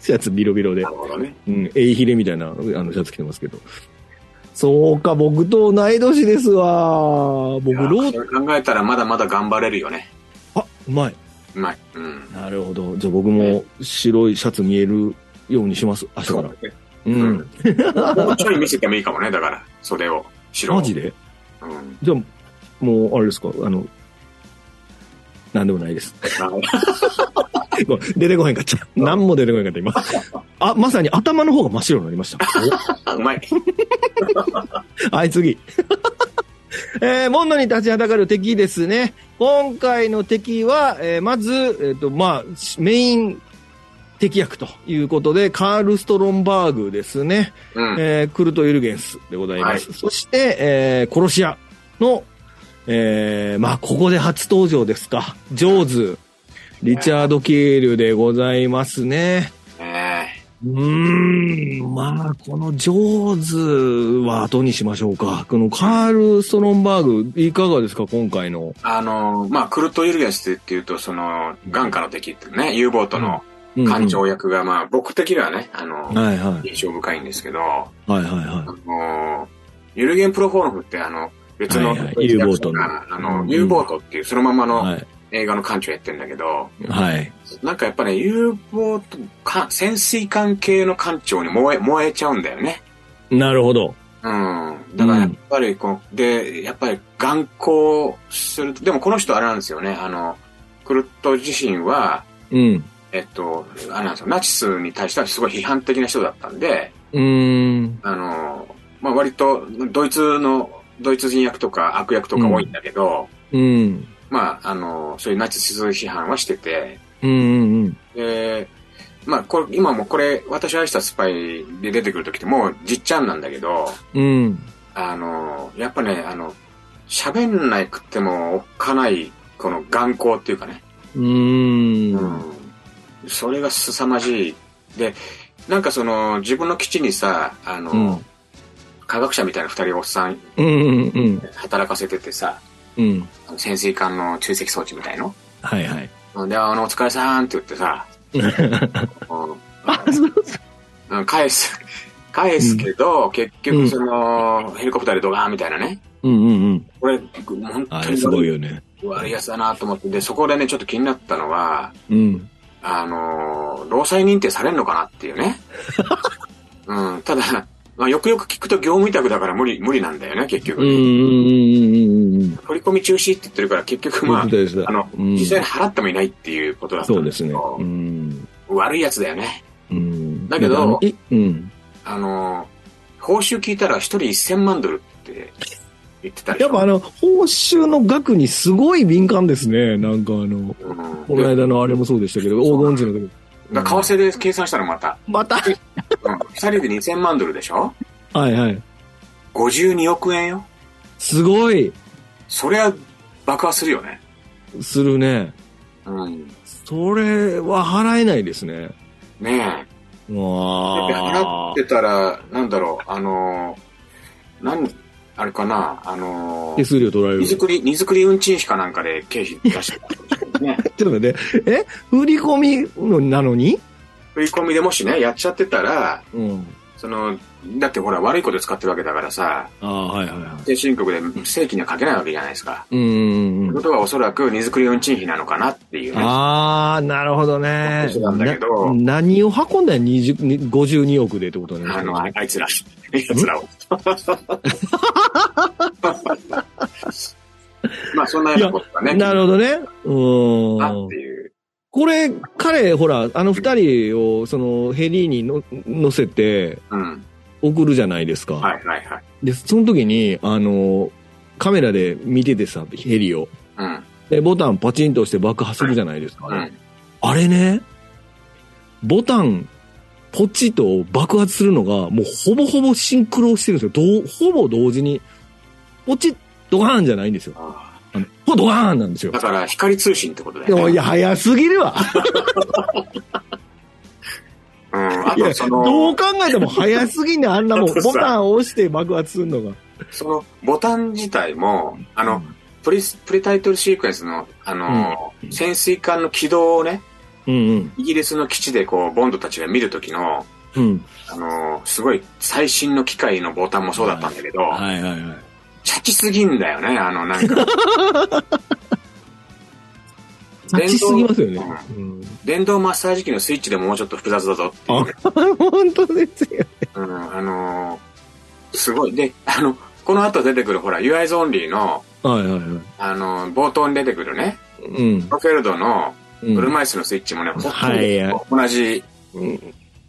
S1: シャツビロビロで。
S2: ほどね。
S1: うん、エイヒレみたいな、あの、シャツ着てますけど。そうか、僕と同い年ですわ。僕、ロ
S2: いや
S1: ー、
S2: それ考えたらまだまだ頑張れるよね。
S1: あ、うまい。
S2: うまい。うん。
S1: なるほど。じゃあ僕も白いシャツ見えるようにします、明日から。う。。
S2: うんもうちょい見せてもいいかもね、だから。袖を。白を。
S1: マジで
S2: うん。
S1: じゃあ、もう、あれですか、あの、なんでもないです。 [LAUGHS] ごめん出てこへんかった。何も出てこへんかった、今。あ、まさに頭の方が真っ白になりました。 [LAUGHS]
S2: あうまい。
S1: はい、次。 [LAUGHS] えー、モンドに立ちはだかる敵ですね。今回の敵は、えーまず、えっ、と、まあ、しメイン敵役ということで、カール・ストロンバーグですね。
S2: うん。
S1: えークルト・ユルゲンスでございます。そして、えー、殺し屋の、えー、まあ、ここで初登場ですか。ジョーズ、リチャード・キールでございますね。
S2: ね
S1: うーん、まあ、このジョーズは後にしましょうか。このカール・ストロンバーグ、いかがですか、今回の
S2: え。あの、まあ、クルト・ユルゲンスっていうと、その、眼下の敵ってね、U ボートの艦長役が、まあ、僕的にはね、あ
S1: うんうん
S2: の、
S1: はいはい。
S2: 印象深いんですけど、あ
S1: はいはいは
S2: の、ユルゲン・プロホーノフって、あの、別の
S1: はいはい U ボートの
S2: あ
S1: う
S2: の、
S1: ん
S2: U ボートっていう、そのまま
S1: い。
S2: の
S1: はい。
S2: 映画の艦長やってんだけど、
S1: はい。
S2: なんかやっぱね、U ボート、か潜水艦系の艦長に燃え、燃えちゃうんだよね。
S1: なるほど。
S2: うん。だからやっぱりこう、で、やっぱり眼光すると、でもこの人あれなんですよね、あの、クルット自身は、
S1: うん。
S2: えっと、あれなんですよ、ナチスに対してはすごい批判的な人だったんで、
S1: うーん。
S2: あの、まあ割とドイツの、ドイツ人役とか悪役とか多いんだけど、
S1: うん。
S2: まあ、あの、そういうナチス批判はしてて、
S1: うんうんうん。
S2: で、まあ、これ、今もこれ、私愛したスパイで出てくるときってもうじっちゃんなんだけど、
S1: うん。
S2: あの、やっぱね、あの、喋んないくってもおっかない、この眼光っていうかね。
S1: うーん。
S2: それが凄まじい。で、なんかその、自分の基地にさ、あの、
S1: うん。
S2: 科学者みたいな二人おっさん
S1: うんうんうん。
S2: 働かせててさ、
S1: うん。
S2: あの潜水艦の追跡装置みたいの。
S1: はいはい。
S2: で、あの、お疲れさんって言って
S1: [LAUGHS]
S2: さ、うん
S1: あ、そう
S2: うん返す、返すけど、結局その、ヘリコプターでドガーンみたいなね。
S1: うんうんうん。
S2: これ、本
S1: あ
S2: 当
S1: れ
S2: に
S1: すごいよね。
S2: 悪いやつだなと思って、で、そこでね、ちょっと気になったのは、
S1: うん。
S2: あのー労災認定されんのかなってい
S1: [LAUGHS]
S2: うね。うん、ただ、まあ、よくよく聞くと業務委託だから無理、無理なんだよね、結
S1: うんう
S2: 局。
S1: んうんうんうん。
S2: 取り込み中止って言ってるから、結局まあ、あの、
S1: うん
S2: 実際に払ってもいないっていうことだった
S1: そうんで
S2: ですすけ
S1: ね。
S2: ど、
S1: うん。
S2: 悪いやつだよね。
S1: うん
S2: だけど
S1: あのいうん。
S2: あのー報酬聞いたら一人1000万ドルって言ってたでし
S1: や
S2: ょ
S1: っぱあの、報酬の額にすごい敏感ですね。なんかあの、
S2: うん
S1: この間のあれもそうでしたけど、黄金時の時。
S2: でだから為替で計算したらまた、
S1: また
S2: うん、2人で2000万ドルでしょ
S1: はいはい。
S2: 52億円よ。
S1: すごい、
S2: そりゃ爆破するよね。
S1: するね。
S2: うん。
S1: それは払えないですね。
S2: ねえ。
S1: うわ
S2: 払
S1: あ
S2: っ。てたら、なんだろう、あのー、なん、あれかな、あのー
S1: 手数料取られる。
S2: 荷
S1: ちょっ
S2: 造り、荷造り運賃費かなんかで経費出してたかもしれないね。
S1: と待って。え振り込みのなのに
S2: 振り込みでもしね、やっちゃってたら、
S1: うん。
S2: その、だってほら、悪いこと使ってるわけだからさ、
S1: ああ、はいはいはい。
S2: 低申告で正規には書けないわけじゃないですか。
S1: うんうん
S2: という
S1: う
S2: こ
S1: ん。
S2: とはおそらく荷造り運賃費なのかなっていうね。
S1: ああ、なるほどね
S2: そう。なんだけど
S1: な何を運んだよ、20に52億でってことね。
S2: あの、ああいつら、あいつらを。 [LAUGHS] まあ、そんなようなことがね。
S1: なるほどね。う
S2: あ
S1: ー
S2: っ
S1: ん
S2: て。いう。
S1: これ、彼、ほら、あの二人を、その、ヘリにの乗せて、
S2: うん。
S1: 送るじゃないですか。
S2: はいはいはい。
S1: で、その時に、あの、カメラで見ててさ、ヘリを。
S2: うん。
S1: でボタンパチンと押して爆破するじゃないですか。
S2: うん
S1: あれね、ボタン、ポチと爆発するのが、もうほぼほぼシンクロしてるんですよ。どうほぼ同時に、ポチッ、ドガーンじゃないんですよ。
S2: あ
S1: あのほぼドガーンなんですよ
S2: ーだ。から、光通信ってことだ
S1: でも
S2: よ
S1: い
S2: ね。
S1: や、早すぎるわ。
S2: うん。あ
S1: いや、
S2: と、そ
S1: ど
S2: の
S1: う考、えても早すぎんねんあん [LAUGHS] なも
S2: だと
S1: ん。
S2: さ
S1: ボタンを押して爆発するのが。
S2: その、ボタン自体も、あの、プリス、プレタイトルシークエンスの、あの、潜水艦の軌道をね、
S1: うんうん。
S2: イギリスの基地でこう、ボンドたちが見るときの、
S1: うん。
S2: あのーすごい最新の機械のボタンもそうだったんだけど、
S1: はいはいはい。
S2: チャキすぎんだよね、あの、
S1: [LAUGHS]
S2: なんか。
S1: 立ちすぎますよね。 [LAUGHS] うん。
S2: 電動マッサージ機のスイッチでももうちょっと複雑だぞっていう、ね。
S1: 本当ですよ。
S2: うん、あのーすごい。で、あの、この後出てくる、ほら、UIs オンリーの、
S1: はいはいはい。
S2: あのー冒頭に出てくるね、
S1: うん
S2: プ。ロフェルドの
S1: うん
S2: 車椅子のスイッチもね、ほとんど
S1: はいはい
S2: 同じ。
S1: うん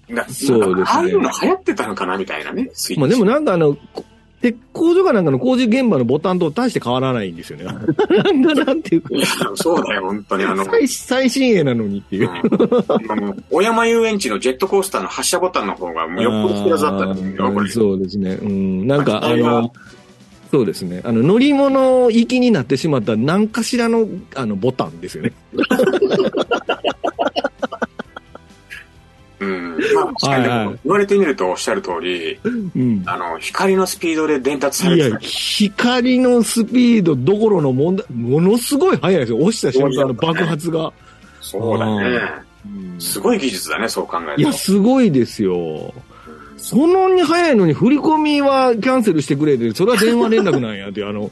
S2: な
S1: そうですね
S2: なんかああいうの流行ってたのかなみたいなね、スイッチ。
S1: まあでもなんかあの、こ鉄工所かなんかの工事現場のボタンと大して変わらないんですよね。 [LAUGHS] なんだなんていうか
S2: いや [LAUGHS] そうだよ、本当
S1: [LAUGHS]
S2: に。あの、
S1: 最最新鋭なのにっていう。
S2: うんあの小山遊園地のジェットコースターの発射ボタンの方がもうよっぽど複雑だったんです
S1: あ
S2: よ、
S1: ー
S2: これ。
S1: そうですね。うん。なんか
S2: あ
S1: あ
S2: れは
S1: の、そうですね。あの、乗り物行きになってしまった何かしらの、あの、ボタンですよね。
S2: うん。まあ、確かにで
S1: はいは
S2: も
S1: い
S2: 言われてみるとおっしゃる通り、
S1: うん。
S2: あの、光のスピードで伝達され
S1: い
S2: て
S1: や、
S2: た。
S1: 光のスピードどころの問題、ものすごい速いですよ。押した瞬間の爆発が。
S2: そうだね。
S1: うん
S2: すごい技術だね、そう考え
S1: い
S2: る
S1: や、
S2: と。
S1: すごいですよ。そんなに早いのに振り込みはキャンセルしてくれて、それは電話連絡なんやっていう、あの、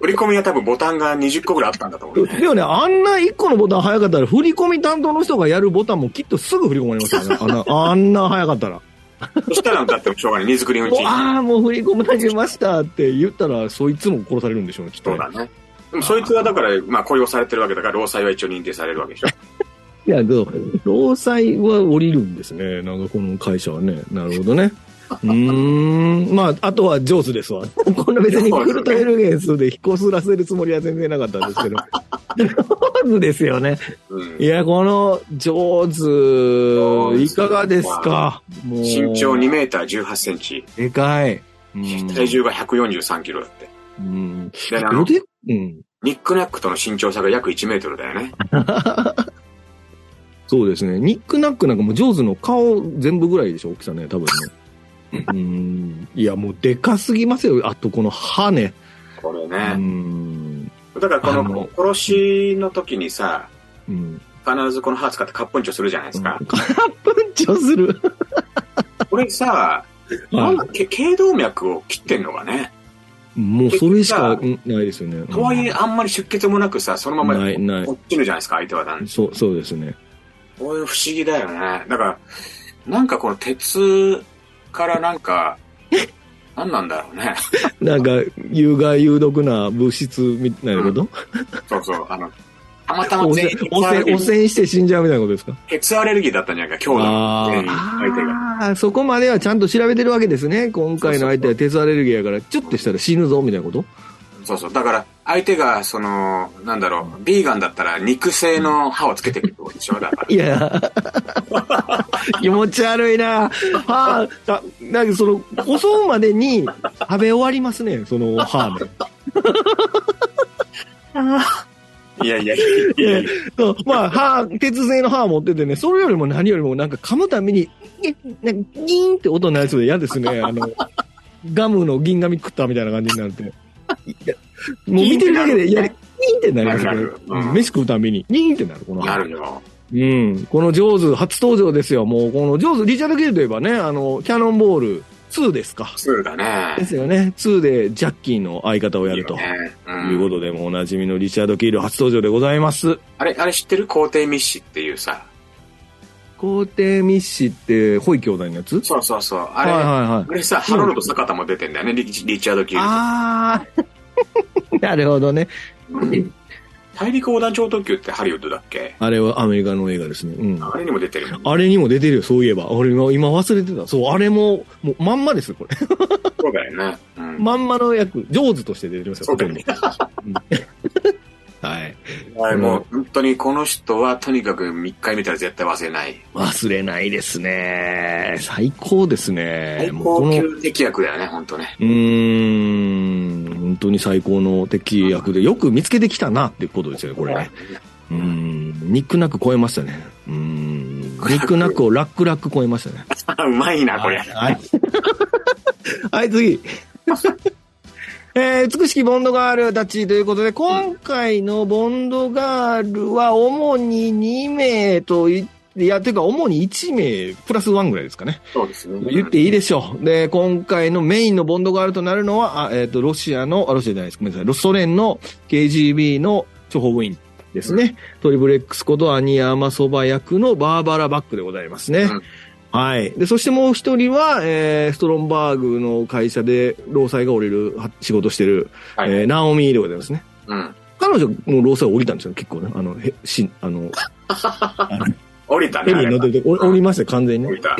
S2: 売り込みは多分ボタンが20個ぐらいあったんだと思うね。
S1: でもね、あんな1個のボタン早かったら、振り込み担当の人がやるボタンもきっとすぐ振り込まれますよね。あんな、あんな早かったら。
S2: そしたらだってもしょうがない、荷造りのうちに。
S1: ああ、もう振り込まれましたって言ったら、そいつも殺されるんでしょうね、きっと
S2: そ
S1: ね
S2: う。だね。でもそいつはだから、まあ雇用されてるわけだから、労災は一応認定されるわけでしょ。
S1: いや、でも、労災は降りるんですね。なんかこの会社はね。なるほどね。うーん。まあ、あとは上手ですわ。こんな別にクルトエルゲンスで引っこすらせるつもりは全然なかったんですけど。 [LAUGHS] 上手ですよね。
S2: うん
S1: い。や、この上手、いかがですかもう。
S2: 身長2メーター18センチ、
S1: でかい。うん
S2: 体重が143キロだって。
S1: うん。
S2: で、あ
S1: ど
S2: の
S1: う、でうん。
S2: ニックナックとの身長差が約1メートルだよね。
S1: そうですね。ニックナックなんかもう上手の顔全部ぐらいでしょ、大きさね、多分
S2: [LAUGHS]
S1: ね。うん。いや、もうでかすぎますよ。あとこの歯ね。
S2: これ
S1: う
S2: ね。
S1: ん。
S2: だからこ
S1: あ
S2: の
S1: の
S2: 殺しの時にさ、
S1: うん。
S2: 必ずこの歯使ってカッポンチョするじゃないですか。
S1: 文鳥する。
S2: これさ、なんだけ頸動脈を切ってんのがね。
S1: もうそれしかうんないですよね。
S2: とはいえ、あんまり出血もなくさ、そのまま
S1: ないない
S2: 落ちるじゃないですか、相手はだん。
S1: そう、そうですね。
S2: こういう不思議だよね。だから、なんかこの鉄からなんか、何なんだろうね。 [LAUGHS]
S1: なんか、有害有毒な物質みたいなこと
S2: そうそう、あの、たまたま
S1: 汚染
S2: 全員鉄
S1: 汚
S2: ア
S1: 染
S2: レル
S1: 汚
S2: ギー
S1: 染して死んじゃうみたいなことですか
S2: 鉄アレルギーだったんじゃないか、兄弟
S1: あ
S2: 全
S1: ー
S2: 員相手が。
S1: あー、そこまではちゃんと調べてるわけですね。今回の相手は鉄アレルギーやから、ちょっとしたら死ぬぞ、みたいなこと
S2: そうそう。だから、相手が、その、なんだろう、ビーガンだったら肉製の歯をつけてくるってことでしょだから。
S1: いや、気持ち悪いな。歯、だ、なんかその、襲うまでに食べ終わりますね、その歯の。
S2: いやいやいやいやいや
S1: そう [LAUGHS] まあ、歯、鉄製の歯持っててね、それよりも何よりもなんか噛むために、ギンなんかギーンって音鳴るやつで嫌です [LAUGHS] ね。あの、ガムの銀紙食ったみたいな感じになって。いやもう見てるだけで、いや、ギーンってなります
S2: な
S1: ね
S2: るなるうん
S1: 飯食うために、ギーンってなる、この歯
S2: な。るよ。
S1: うん。このジョーズ、初登場ですよ。もう、このジョーズ、リチャード・ゲルといえばね、あの、キャノンボール2ですか。
S2: ツーだ
S1: で
S2: ね。
S1: すよね。2でジャッキーの相方をやると。
S2: いいよねうん
S1: いうことで、もうおなじみのリチャード・キール初登場でございます。
S2: あれ、あれ知ってる皇帝密使っていうさ。
S1: 皇帝密使って、ホイ兄弟のやつ
S2: そうそうそう。あ
S1: はい
S2: れ、
S1: はいはい
S2: あ。れさ、ハロルド坂田も出てんだよね、リリチャード・キール。
S1: あー。 [LAUGHS] なるほどね。
S2: 大陸横断超特急ってハリウッドだっけ
S1: あれはアメリカの映画ですね。うん。
S2: あれにも出
S1: [LAUGHS]
S2: てるよね。
S1: あれにも出てるよ、そういえば。俺も今忘れてた。そう、あれも、もうまんまです、 [LAUGHS] これ。
S2: そうだよね。うん。
S1: まんまの役、上手として出てますよ、
S2: そうだよね
S1: ここに
S2: はい、
S1: うん
S2: もう本当にこの人はとにかく3回見たら絶対忘れない。
S1: 忘れないですね。最高ですね。
S2: 最
S1: もうこ
S2: 高
S1: の
S2: 級敵役だよね、本当ね。
S1: うーん、本当に最高の敵役で、よく見つけてきたなっていうことですよね、これね。うーん、ニックナック超えましたね。うーん、ニックナックをラックラック超えましたね。
S2: [LAUGHS] うまいな、これ。
S1: はい。 [LAUGHS] はい、次。 [LAUGHS] えー美しきボンドガールたちということで、今回のボンドガールは主に2名とい、いや、ていうか主に1名プラス1ぐらいですかね。
S2: そうですね。
S1: 言っていいでしょう。で、今回のメインのボンドガールとなるのは、あえっ、と、ロシアの、あ、ロシアじゃないです。ごめんなさい。ロソ連の KGB の諜報部員ですね。トリブレックスことアニヤマソバ役のバーバラ・バックでございますね。
S2: うん
S1: はい。で、そしてもう一人は、えー、ストロンバーグの会社で労災が降りるは仕事してる、
S2: はい
S1: えーナオミでございますね。
S2: うん。
S1: 彼女も労災降りたんですよ、結構ね。あの、へしあの、
S2: 降りたね。
S1: ヘ
S2: あ
S1: リに
S2: れ
S1: 乗ってて、お降りましたよ、完全に
S2: 降
S1: ね
S2: り。た。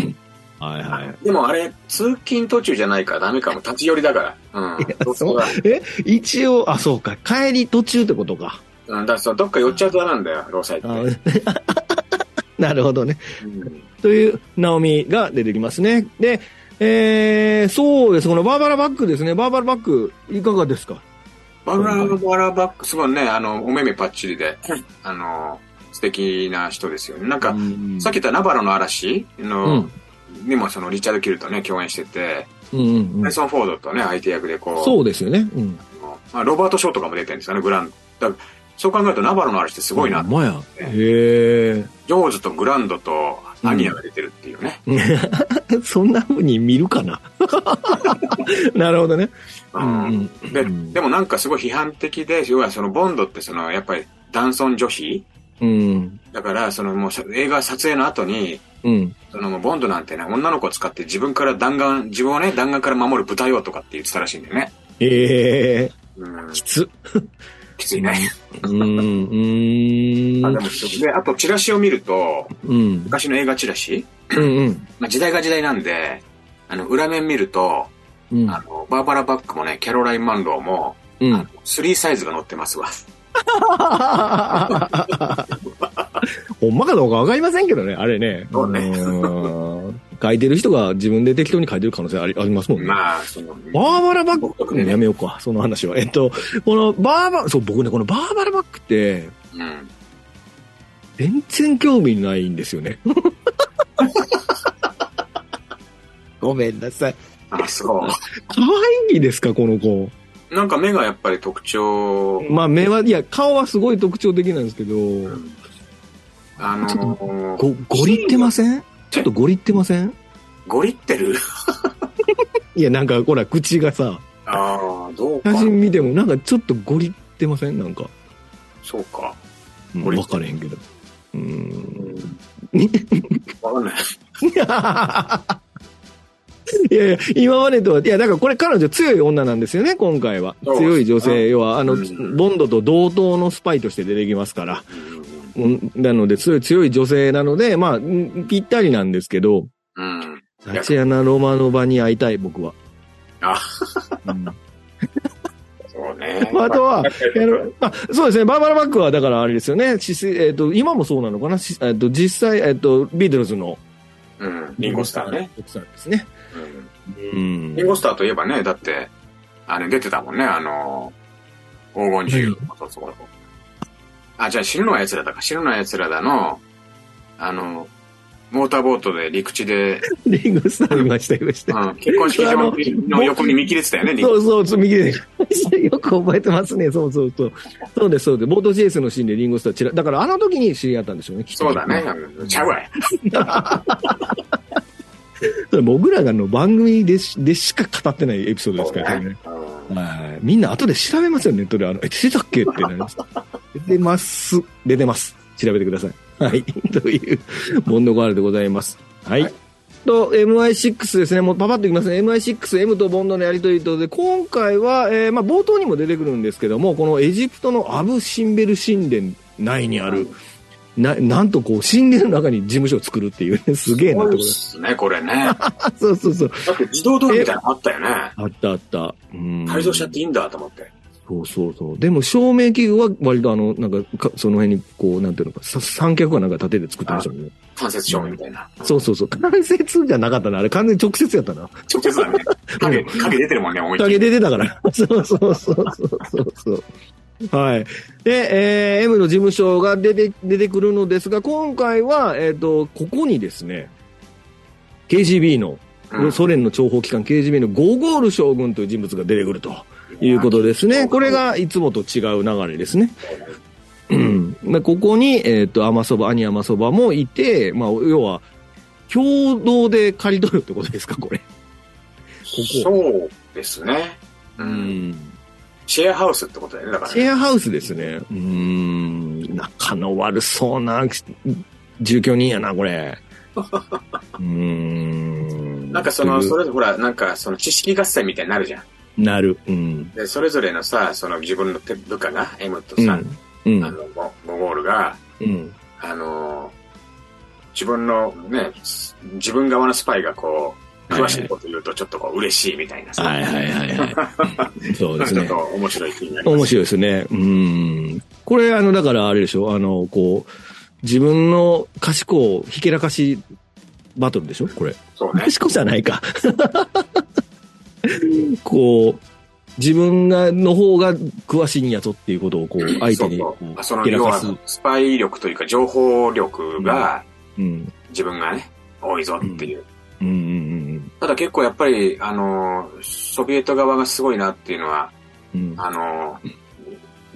S1: はいはい。
S2: でもあれ、通勤途中じゃないからダメかも。立ち寄りだから。うん。
S1: そう一応、あ、そうか、帰り途中ってことか。
S2: うん、だからそうどっか寄っちゃうとダメなんだよ、労災って。
S1: あ [LAUGHS] なるほどね。
S2: うん
S1: という、ナオミが出てきますね。で、えー、そうです。このバーバラバックですね。バーバラバック、いかがですか
S2: バラバラバック、すごいね、あの、お目目パッチリで、あの、素敵な人ですよね。なんか、
S1: うん
S2: さっき言ったナバロの嵐
S1: う
S2: の
S1: ん、。
S2: にもそのリチャード・キルとね、共演してて、
S1: うんうん
S2: ハ
S1: う
S2: リ
S1: ん。
S2: ソン・フォードとね、相手役でこう、
S1: そうですよね。うん。
S2: まあ、ロバート・ショーとかも出てるんですよね、グランド。だからそう考えると、ナバロの嵐ってすごいな。
S1: ほんまや。へ
S2: ジョーズとグランドとアニアが出てるっていうね。
S1: え。 [LAUGHS] そんな風に見るかな [LAUGHS] なるほどね。
S2: うん
S1: うん
S2: で
S1: うん
S2: でもなんかすごい批判的で、要はそのボンドってその、やっぱり男尊女卑
S1: うん。
S2: だから、そのもうさ映画撮影の後に、
S1: うん。
S2: そのもうボンドなんてね、女の子を使って自分から弾丸、自分をね、弾丸から守る舞台をとかって言ってたらしいんだよね。
S1: ええ。
S2: うん
S1: き、つ。
S2: きついね。
S1: うん。うん。
S2: あでもで、あとチラシを見ると、
S1: うん。
S2: 昔の映画チラシ、
S1: うん。
S2: まあ、時代が時代なんで、あの、裏面見ると、
S1: うん。
S2: あの、バーバラ・バックもね、キャロライン・マンローも、
S1: うん
S2: あの。3サイズが載ってますわ。
S1: [LAUGHS] ほんまかどうかわかりませんけどね、あれね。
S2: そうね
S1: うん書いてる人が自分で適当に書いてる可能性ありありますもんね。
S2: まあ、その、
S1: バーバラバッ
S2: 僕
S1: ク、
S2: ね
S1: やめようか、その話は。えっと、このバーバそう、僕ね、このバーバラバックって、
S2: うん。
S1: 全然興味ないんですよね。 [LAUGHS] ごめんなさい。
S2: あ、そ
S1: 可愛いですか、この子。
S2: う。なんか目がやっぱり特徴、
S1: まあ、目は、いや、顔はすごい特徴的なんですけど、
S2: うんあのー、
S1: ご、ゴリってませんちょっとゴリってません
S2: ゴリってる [LAUGHS]
S1: いや、なんか、ほら、口がさ、
S2: ああ、どうか
S1: 写。真見てもなんかちょっとゴリってませんなんか。
S2: そうか。
S1: うん
S2: ゴリ
S1: わかれへんけど。うーん。
S2: わかんない。
S1: いやいや、今までとは、いや、だからこれ彼女強い女なんですよね、今回は。
S2: そう
S1: 強い女性、要は、あの、
S2: うん
S1: ボンドと同等のスパイとして出てきますから。うんなので、強い、強い女性なので、まあ、うんぴったりなんですけど、
S2: うん。うん。
S1: タチアナ・ロマノバに会いたい、僕は。
S2: あ
S1: うん
S2: そうね。
S1: まああとは
S2: や
S1: や
S2: っ
S1: る [LAUGHS] あそうですね、バーバラ・バックはだからあれですよね、しえっと今もそうなのかな、しえっと実際、えっとビートルズの
S2: うん。リンゴスターね。。
S1: 奥さんですね。
S2: うん
S1: うん
S2: リンゴスターといえばね、だって、あれ出てたもんね、あの、黄金自由のそこだあ、じゃあ死ぬのは奴らだか、死ぬのは奴らだの、あの、モーターボートで陸地で、
S1: [LAUGHS] リンゴスターいました、いました。
S2: うん、結婚式場の横に見切れてたよね、リン
S1: そ
S2: ゴ
S1: うそうそう、右で。 [LAUGHS] よく覚えてますね、そうそうそう。そうです、そうです。ボートチェイスのシーンでリンゴスターちら、だからあの時に知り合ったんでしょうね、きっと
S2: そうだね。。うんちゃうわい。
S1: [LAUGHS] それ僕らがあの番組でしでしか語ってないエピソードですからね。
S2: うん
S1: はいみんな後で調べますよ、ネットで。あの、え、出てたっけってなります。出てます。出てます。調べてください。
S2: [LAUGHS]
S1: はい。という、ボンドガールでございます。はい。と、MI6 ですね。もうパパッといきますね。MI6、M とボンドのやりとりとで、今回は、えーまあ、冒頭にも出てくるんですけども、このエジプトのアブ・シンベル神殿内にある、な、なんとこう、神殿の中に事務所を作るっていうね、すげえなって
S2: そう
S1: こ
S2: で
S1: と。
S2: すね、これね。
S1: あ、そうそうそう。
S2: だって自動ドアみたいなのあったよね。
S1: あったあった。うん。
S2: 改造しちゃっていいんだと思って。
S1: そうそうそう。でも照明器具は割とあの、なんかか、その辺にこう、なんていうのか、さ三脚はなんか立てて作ってましたもんね。
S2: 間接照明みたいな。
S1: そうそうそう。関節じゃなかったな。あれ完全に直接や [LAUGHS] ったな。
S2: 直接だね。影、影出てるもんね、思いっき
S1: 影
S2: り。
S1: 出てたから。 [LAUGHS] そうそうそうそうそうそう。はい。で、えー M の事務所が出て、出てくるのですが、今回は、えっ、と、ここにですね、KGB の、
S2: うん
S1: ソ連の諜報機関 KGB のゴーゴール将軍という人物が出てくるということですね。これ。がいつもと違う流れですね。うんまあここに、えっ、と、甘そば、兄甘そばもいて、まあ、要は、共同で借り取るってことですか、これ。
S2: そうですね。う。。
S1: うん
S2: シェアハウスってことだよね、だから
S1: シ
S2: ね。
S1: ェアハウスですね。うーん、仲の悪そうな住居人やな、これ。うーん。
S2: なんかその、それぞれほら、なんかその知識合戦みたいになるじゃん。
S1: なる。うん。
S2: で、それぞれのさ、その自分の手部下が、M と
S1: う
S2: さ、
S1: ん。うん
S2: あ。の、ゴゴールが、
S1: うん。
S2: あのー、自分のね、す自分側のスパイがこう、詳しいこと言うとちょっとこう嬉しいみたいなさ、
S1: はいはいはい
S2: [LAUGHS]
S1: はい。そうです
S2: ちょっ
S1: ね
S2: と。面白い気になります。
S1: 面白いですね。うーん。これ、あの、だからあれでしょ、あの、こう、自分の賢をひけらかしバトルでしょこれ。
S2: そうね。
S1: 賢じゃないか。 [LAUGHS] こう、自分が、の方が詳しいんやぞっていうことを、こう、相手に
S2: そう
S1: こ
S2: そう
S1: う
S2: その
S1: ひけら
S2: 要
S1: か
S2: は
S1: す。
S2: スパイ力というか情報力が
S1: うん。
S2: 自分がね、多いぞっていう。
S1: うんうんうん
S2: ただ結構やっぱり、あのー、ソビエト側がすごいなっていうのは、
S1: うん。うん。
S2: あのー、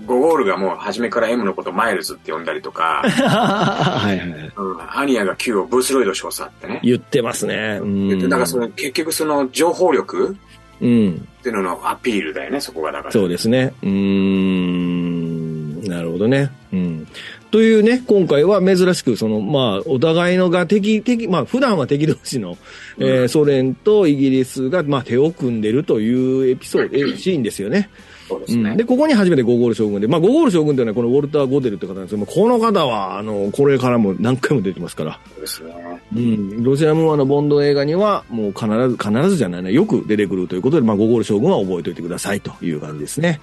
S2: ゴゴールがもう初めから M のことマイルズって呼んだり
S1: [LAUGHS]
S2: とか、
S1: はいはいはい。
S2: うん、アニアが Q をブースロイド少佐ってね。
S1: 言ってますね。うん。
S2: だからその結局その情報力
S1: うん。
S2: っていうののアピールだよね、そこがだから。
S1: そうですね。うーん。なるほどね。うん。というね、今回は珍しく、その、まあ、お互いのが敵、敵、まあ、普段は敵同士の、えー
S2: うん
S1: ソ連とイギリスが、まあ、手を組んでるというエピソード、えシーンですよね。
S2: そうで
S1: うんで、ここに初めてゴーゴール将軍で、まあ、ゴーゴール将軍というのはこのウォルター・ゴデルって方なんですけども、この方は、あの、これからも何回も出てますから、
S2: そうですね。
S1: うん、ロシアムーアのボンド映画には、もう必ず、必ずじゃないな、よく出てくるということで、まあ、ゴーゴール将軍は覚えておいてくださいという感じですね。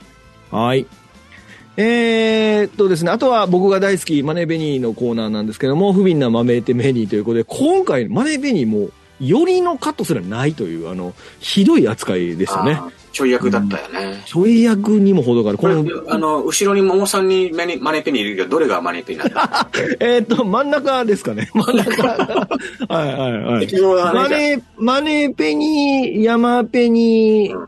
S1: はい。えー、っとですね、あとは僕が大好き、マネーベニーのコーナーなんですけども、不憫な豆ってメニーということで、今回、マネーベニーも、よりのカットすらないという、あの、ひどい扱いでしたね。
S2: あー。ちょい役だったよね。
S1: ちょい役にも程がある。
S2: こ
S1: こ
S2: れ
S1: の、、
S2: [LAUGHS] あの、後ろに桃さんにマネマネペニーいるけど、どれがマネペニー [LAUGHS] なんだ
S1: えーっと、真ん中ですかね。真ん
S2: [LAUGHS]
S1: 中。はいはいはい。
S2: 適当だ
S1: マ
S2: ねじゃあ。
S1: ネー、マネーペニー、山ペニー、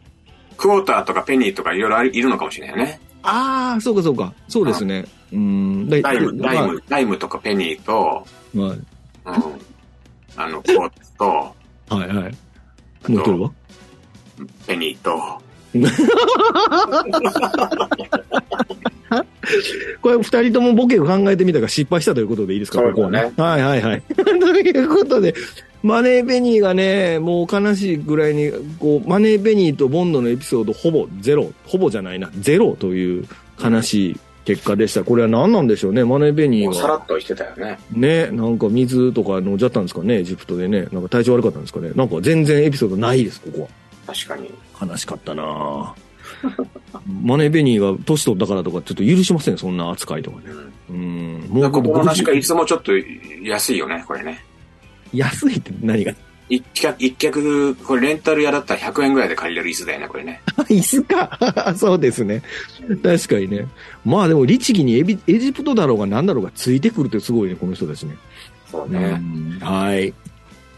S2: クォーターとかペニーとかいろいろあるいるのかもしれないよね。
S1: ああ、そうかそうか。そうですね。うん。だ
S2: ライム、
S1: まあ
S2: ライム、ライムとかペニーと、
S1: ま
S2: うん。あ [LAUGHS] の、クォーターと、
S1: あはいはい。もう一人は
S2: ペニーと、
S1: これ二人ともボケを考えてみたが失敗したということでいいですか、
S2: そうだ
S1: こ
S2: ね
S1: こはね。はいはい [LAUGHS] はい。ということで、マネー・ベニーがね、もう悲しいぐらいに、こう、マネー・ベニーとボンドのエピソードほぼゼロ、ほぼじゃないな、ゼロという悲しい結果でした。これは何なんでしょうね、マネー・ベニ
S2: も
S1: ー
S2: うさら
S1: は。
S2: っとしてたよね。
S1: ね、なんか水とか飲んじゃったんですかね、エジプトでね。なんか体調悪かったんですかね。なんか全然エピソードないです、ここは。
S2: 確かに。
S1: 悲しかったな [LAUGHS] ぁマネーベニーが年取ったからとかちょっと許しませんそんな扱いとかね
S2: うん。
S1: うんも
S2: こ
S1: うこ
S2: こ
S1: れ
S2: の確かい
S1: 50
S2: つもちょっと安いよね、これね。
S1: 安いって何 [LAUGHS] が
S2: 一脚、一脚、これレンタル屋だったら100円ぐらいで借りれる椅子だよね、これね。
S1: 椅子か [LAUGHS] そうですね確かにねまあでも律儀にエビエジプトだろうが何だろうがついてくるってすごいねこの人たちね
S2: [LAUGHS] そう
S1: う
S2: ね。
S1: んはい。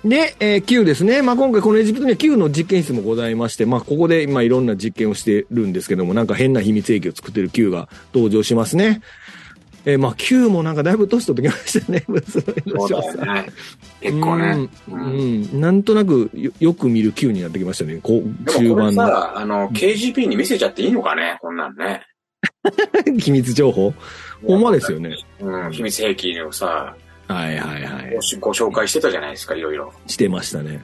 S1: で、えー Q ですね。まあ、今回このエジプトには Q の実験室もございまして、まあ、ここで今いろんな実験をしてるんですけども、なんか変な秘密兵器を作ってる Q が登場しますね。えーまあ、Q もなんかだいぶ年取ってきましたね。 [LAUGHS]
S2: そうだよね。結構ね。
S1: う。
S2: うんん
S1: うん。なんとなくよよく見る Q になってきましたね。こう、
S2: で
S1: 中
S2: もこれ
S1: 盤の
S2: さ、あの、KGP に見せちゃっていいのかねこんなんね。
S1: [LAUGHS] 秘密情報。ほんまですよね。
S2: うん、秘密兵器をさ、
S1: はいはいはい
S2: ご。しご紹介してたじゃないですか、いろいろ。
S1: してましたね。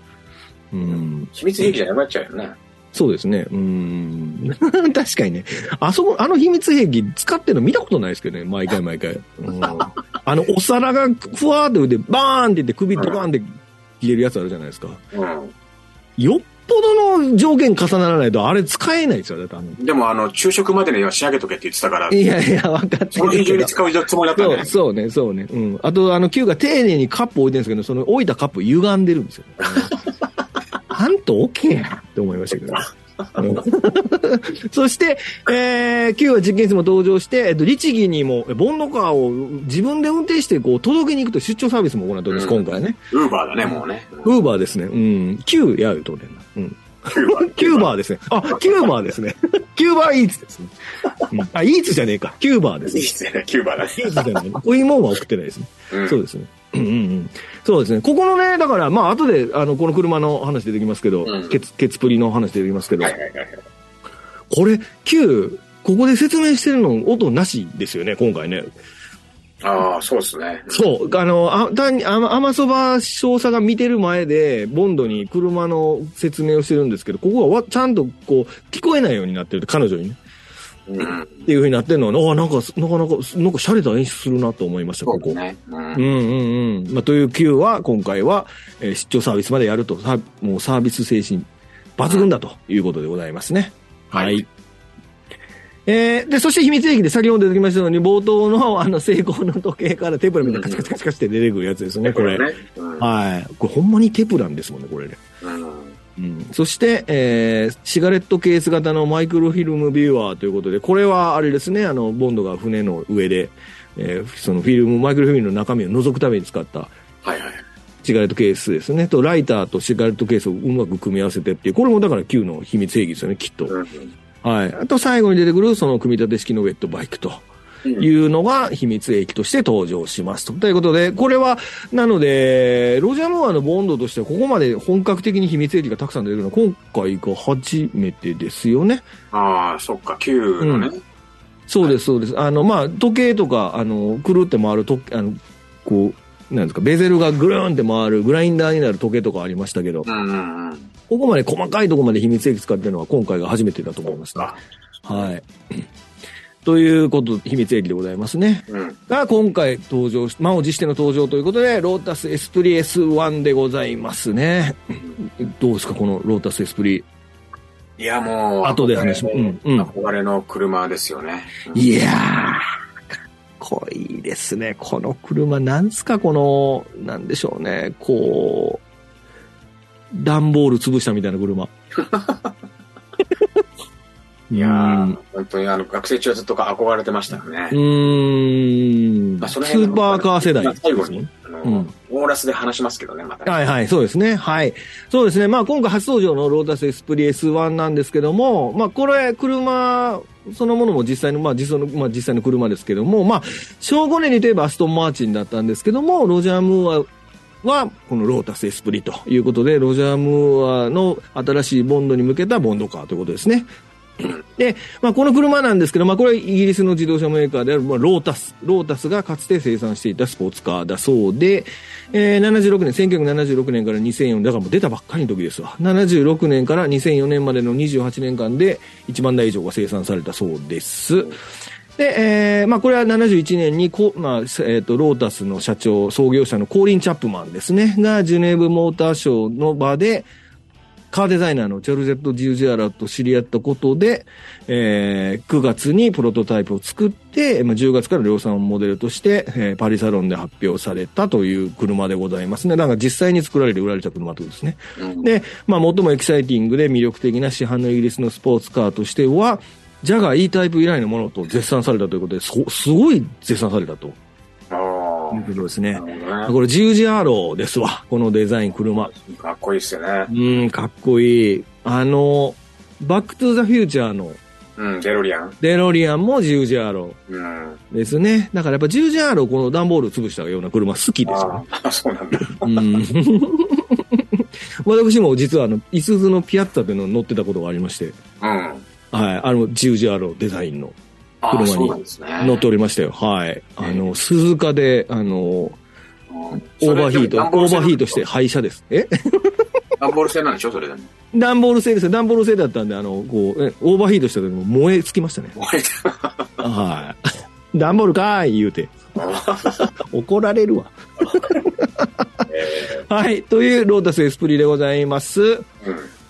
S1: うん。
S2: 秘密兵器じゃなくなっちゃうよね。
S1: そうですね。うーん。 [LAUGHS] 確かにね。あそこ、あの秘密兵器使ってるの見たことないですけどね。毎回毎回。うん、あの、お皿がふわーってで、バーンって言って首ドカーンって切れるやつあるじゃないですか。
S2: うん。
S1: よっぽどの条件重ならないと、あれ使えないですよ、だってあの。
S2: でも、あの、昼食までには仕上げとけって言ってたから、
S1: いやいや、分かって
S2: その日中に使うつもりだったん
S1: そ
S2: だ
S1: うそう
S2: ね。
S1: ね、そうね。うん。あと、あの、Q が丁寧にカップ置いてるんですけど、その置いたカップ歪んでるんです [LAUGHS] よ。あんと OK やって思いましたけど。うん [LAUGHS] そして、えー、Q は実験室も登場して、えっと、律儀にも、えボンドカーを自分で運転して、こう、届けに行くと出張サービスも行っております、
S2: うん
S1: 今回ね。
S2: ウーバーだね、もうね。
S1: ウーバーですね。うん。Q やるとねんな。 [LAUGHS] うん。
S2: キューバー。
S1: キューバーですね。あ、キューバーですね。 [LAUGHS] キューバーイーツですね。うんあ、イーツじゃねえか。キューバーですね。
S2: 失礼な、キューバーだね。
S1: イーツじ [LAUGHS] ゃない。こういうもんは送ってないですね。
S2: うん
S1: そうですね。うんうんうん、そうですね。ここのね、だから、まあ、後で、あの、この車の話出てきますけど、
S2: うん
S1: ケツ、ケツプリの話出てきますけど、
S2: はいはいはいはい。
S1: これ、Q、ここで説明してるの、音なしですよね、今回ね。
S2: ああ、そうですね。
S1: そう、あの、あ単に、あま甘そば少佐が見てる前で、ボンドに車の説明をしてるんですけど、ここはわちゃんと、こう、聞こえないようになってる、彼女にね。
S2: うん。
S1: っていう風になってるのは、あなんか、なかなか、なんか、洒落た演出するなと思いました、
S2: そ
S1: ここ
S2: うです。ね。うん
S1: うん。うんうん。まあ、という Q は、今回は、えー出張サービスまでやると、さもうサービス精神抜群だということでございますね。
S2: はい
S1: えーで、そして秘密兵器で先ほど出てきましたように、冒頭のあの成功の時計からテープラみたいなカチカチカチカチって出てくるやつですね、これ。
S2: ね。うん。
S1: はい。これほんまにテプランですもんね、これね。
S2: うん
S1: うん、そして、えーシガレットケース型のマイクロフィルムビューワーということで、これはあれですね、あの、ボンドが船の上で、えーそのフィルム、マイクロフィルムの中身を覗くために使った
S2: はいはい。
S1: シガレットケースですね、と、ライターとシガレットケースをうまく組み合わせてっていう、これもだから Q の秘密兵器ですよね、きっと。
S2: う
S1: はい。あと、最後に出てくる、その組み立て式のウェットバイクと。
S2: ん。
S1: いうのが秘密兵器として登場しますと。ということで、これは、なので、ロジャー・モアのボンドとしては、ここまで本格的に秘密兵器がたくさん出てくるのは、今回が初めてですよね。
S2: ああ、そっか、9のね。
S1: そうです、そうです。あの、まあ、時計とか、あの、くるって回ると、あの、こう、なんですか、ベゼルがぐるーんって回る、グラインダーになる時計とかありましたけど
S2: う、んうんうん。
S1: ここまで細かいところまで秘密兵器使ってるのは、今回が初めてだと思いますね。はい。 [CLEARS THROAT] ということ、秘密兵器でございますね。
S2: うん。
S1: が今回登場し、満を持しての登場ということで、ロータスエスプリ S1 でございますね。 [CLEARS THROAT] どうですか、このロータスエスプリ。
S2: いや、もう、
S1: 後で話しま
S2: 憧
S1: す
S2: れの
S1: うんうん
S2: 憧れの車ですよね。
S1: いやー、かっこいいですね。この車、なんすか、この、なんでしょうね、こう、段ボール潰したみたいな
S2: [LAUGHS]
S1: 車。
S2: いやー、本当にあの、学生中はずっと憧れてましたよ
S1: う
S2: ね。
S1: ーん、
S2: まあ
S1: ス
S2: その辺
S1: ーパーカー世代
S2: まあ。最後に、あ
S1: う
S2: の
S1: ん、
S2: オーラスで話しますけどね、またね。
S1: はいはい、そうですね。はい。そうですね。まあ今回初登場のロータスエスプリ S1 なんですけども、まあこれ、車そのものも実際の、まあ実際の、まあ実際の車ですけども、まあ、小5年にといえばアストンマーチンだったんですけども、ロジャー・ムーアは、このロータスエスプリということで、ロジャー・ムーアの新しいボンドに向けたボンドカーということですね。で、まあ、この車なんですけど、まあ、これはイギリスの自動車メーカーである、まあ、ロータス。ロータスがかつて生産していたスポーツカーだそうで、えー、76年、1976年から2004年、だからもう出たばっかりの時ですわ。76年から2004年までの28年間で1万台以上が生産されたそうです。で、えーまあ、これは71年にこ、まあえー、とロータスの社長、創業者のコーリン・チャップマンですね、がジュネーブモーターショーの場で、カーデザイナーのチャルジェット・ジュージアラと知り合ったことで、えー9月にプロトタイプを作って、まあ、10月から量産モデルとして、えーパリサロンで発表されたという車でございますね。だから実際に作られて売られた車ということですね。
S2: うん
S1: で、まあ、最もエキサイティングで魅力的な市販のイギリスのスポーツカーとしては、ジャガー E タイプ以来のものと絶賛されたということで、そすごい絶賛されたという
S2: ああ、
S1: ことですね。
S2: なるほど
S1: これ 10GR ですわ、このデザイン車。
S2: ね。かっこいいっすよね。
S1: うん、かっこいい。あの、バックトゥザフューチャーの
S2: うん、デロリアン。
S1: デロリアンも 10GR
S2: うん。
S1: ですね。だからやっぱ 10GR をこの段ボールを潰したような車好きですよね
S2: ああ、 [LAUGHS] そうなんだ。
S1: うん [LAUGHS] 私も実はあの、イスズのピアッツァというのに乗ってたことがありまして、
S2: うん。
S1: はい、あの、十字アローデザインの
S2: あ
S1: 車
S2: あ、
S1: に
S2: そうなんですね。
S1: 乗っておりましたよ。はい。あの、鈴鹿で、あの、オーバーヒート、オーバーヒートして。廃車です。え [LAUGHS]
S2: ダンボール製なんでしょ、それでも。。
S1: 段ボール製ですよ。段ボール製だったんで、あの、こう、えオーバーヒートした時も燃え尽きましたね
S2: 燃えてる [LAUGHS]
S1: はい。段ボールかーい言うて。怒られるわ。はい。というロータスエスプリでございます。 [LAUGHS]
S2: うん。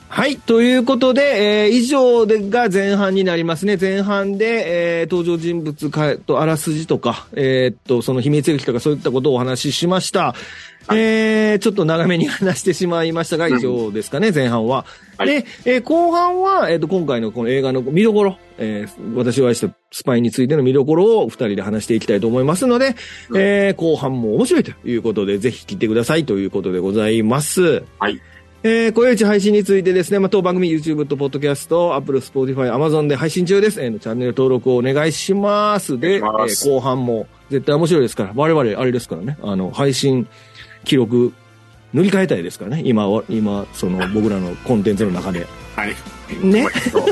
S1: はい。ということで、えー以上でが前半になりますね。前半で、えー登場人物かと、あらすじとか、えーっと、その秘密兵器とかそういったことをお話ししました。えーちょっと長めに話してしまいましたが、以上ですかね、前半は。
S2: はい
S1: で、えー後半は、えーっと、今回のこの映画の見どころ、えー私を愛したスパイについての見どころを二人で話していきたいと思いますので、
S2: うん
S1: えー後半も面白いということで、ぜひ聞いてくださいということでございます。
S2: はい。
S1: えー、小夜市配信についてですね、まあ、当番組 YouTube と Podcast、Apple、Spotify、Amazon で配信中です。えーのチャンネル登録をお願いします。で、え
S2: お願いします
S1: ー後半も絶対面白いですから、我々あれですからね、あの、配信記録塗り替えたいですからね、今は、今、そ
S2: [LAUGHS]
S1: の僕らのコンテンツの中で。
S2: はい。
S1: ね
S2: そう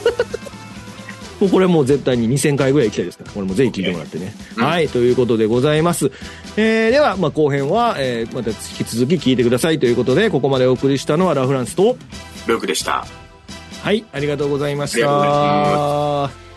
S1: もうこれもう絶対に2000回ぐらい行きたいですから、これもぜひ聞いてもらってね。
S2: うん
S1: はい、ということでございます。えー、では、まあ、後編は、えー、また引き続き聞いてくださいということで、ここまでお送りしたのはラ・フランスと、
S2: ルークでした。
S1: はい、ありがとうございまし
S2: ありがとうござい
S1: た。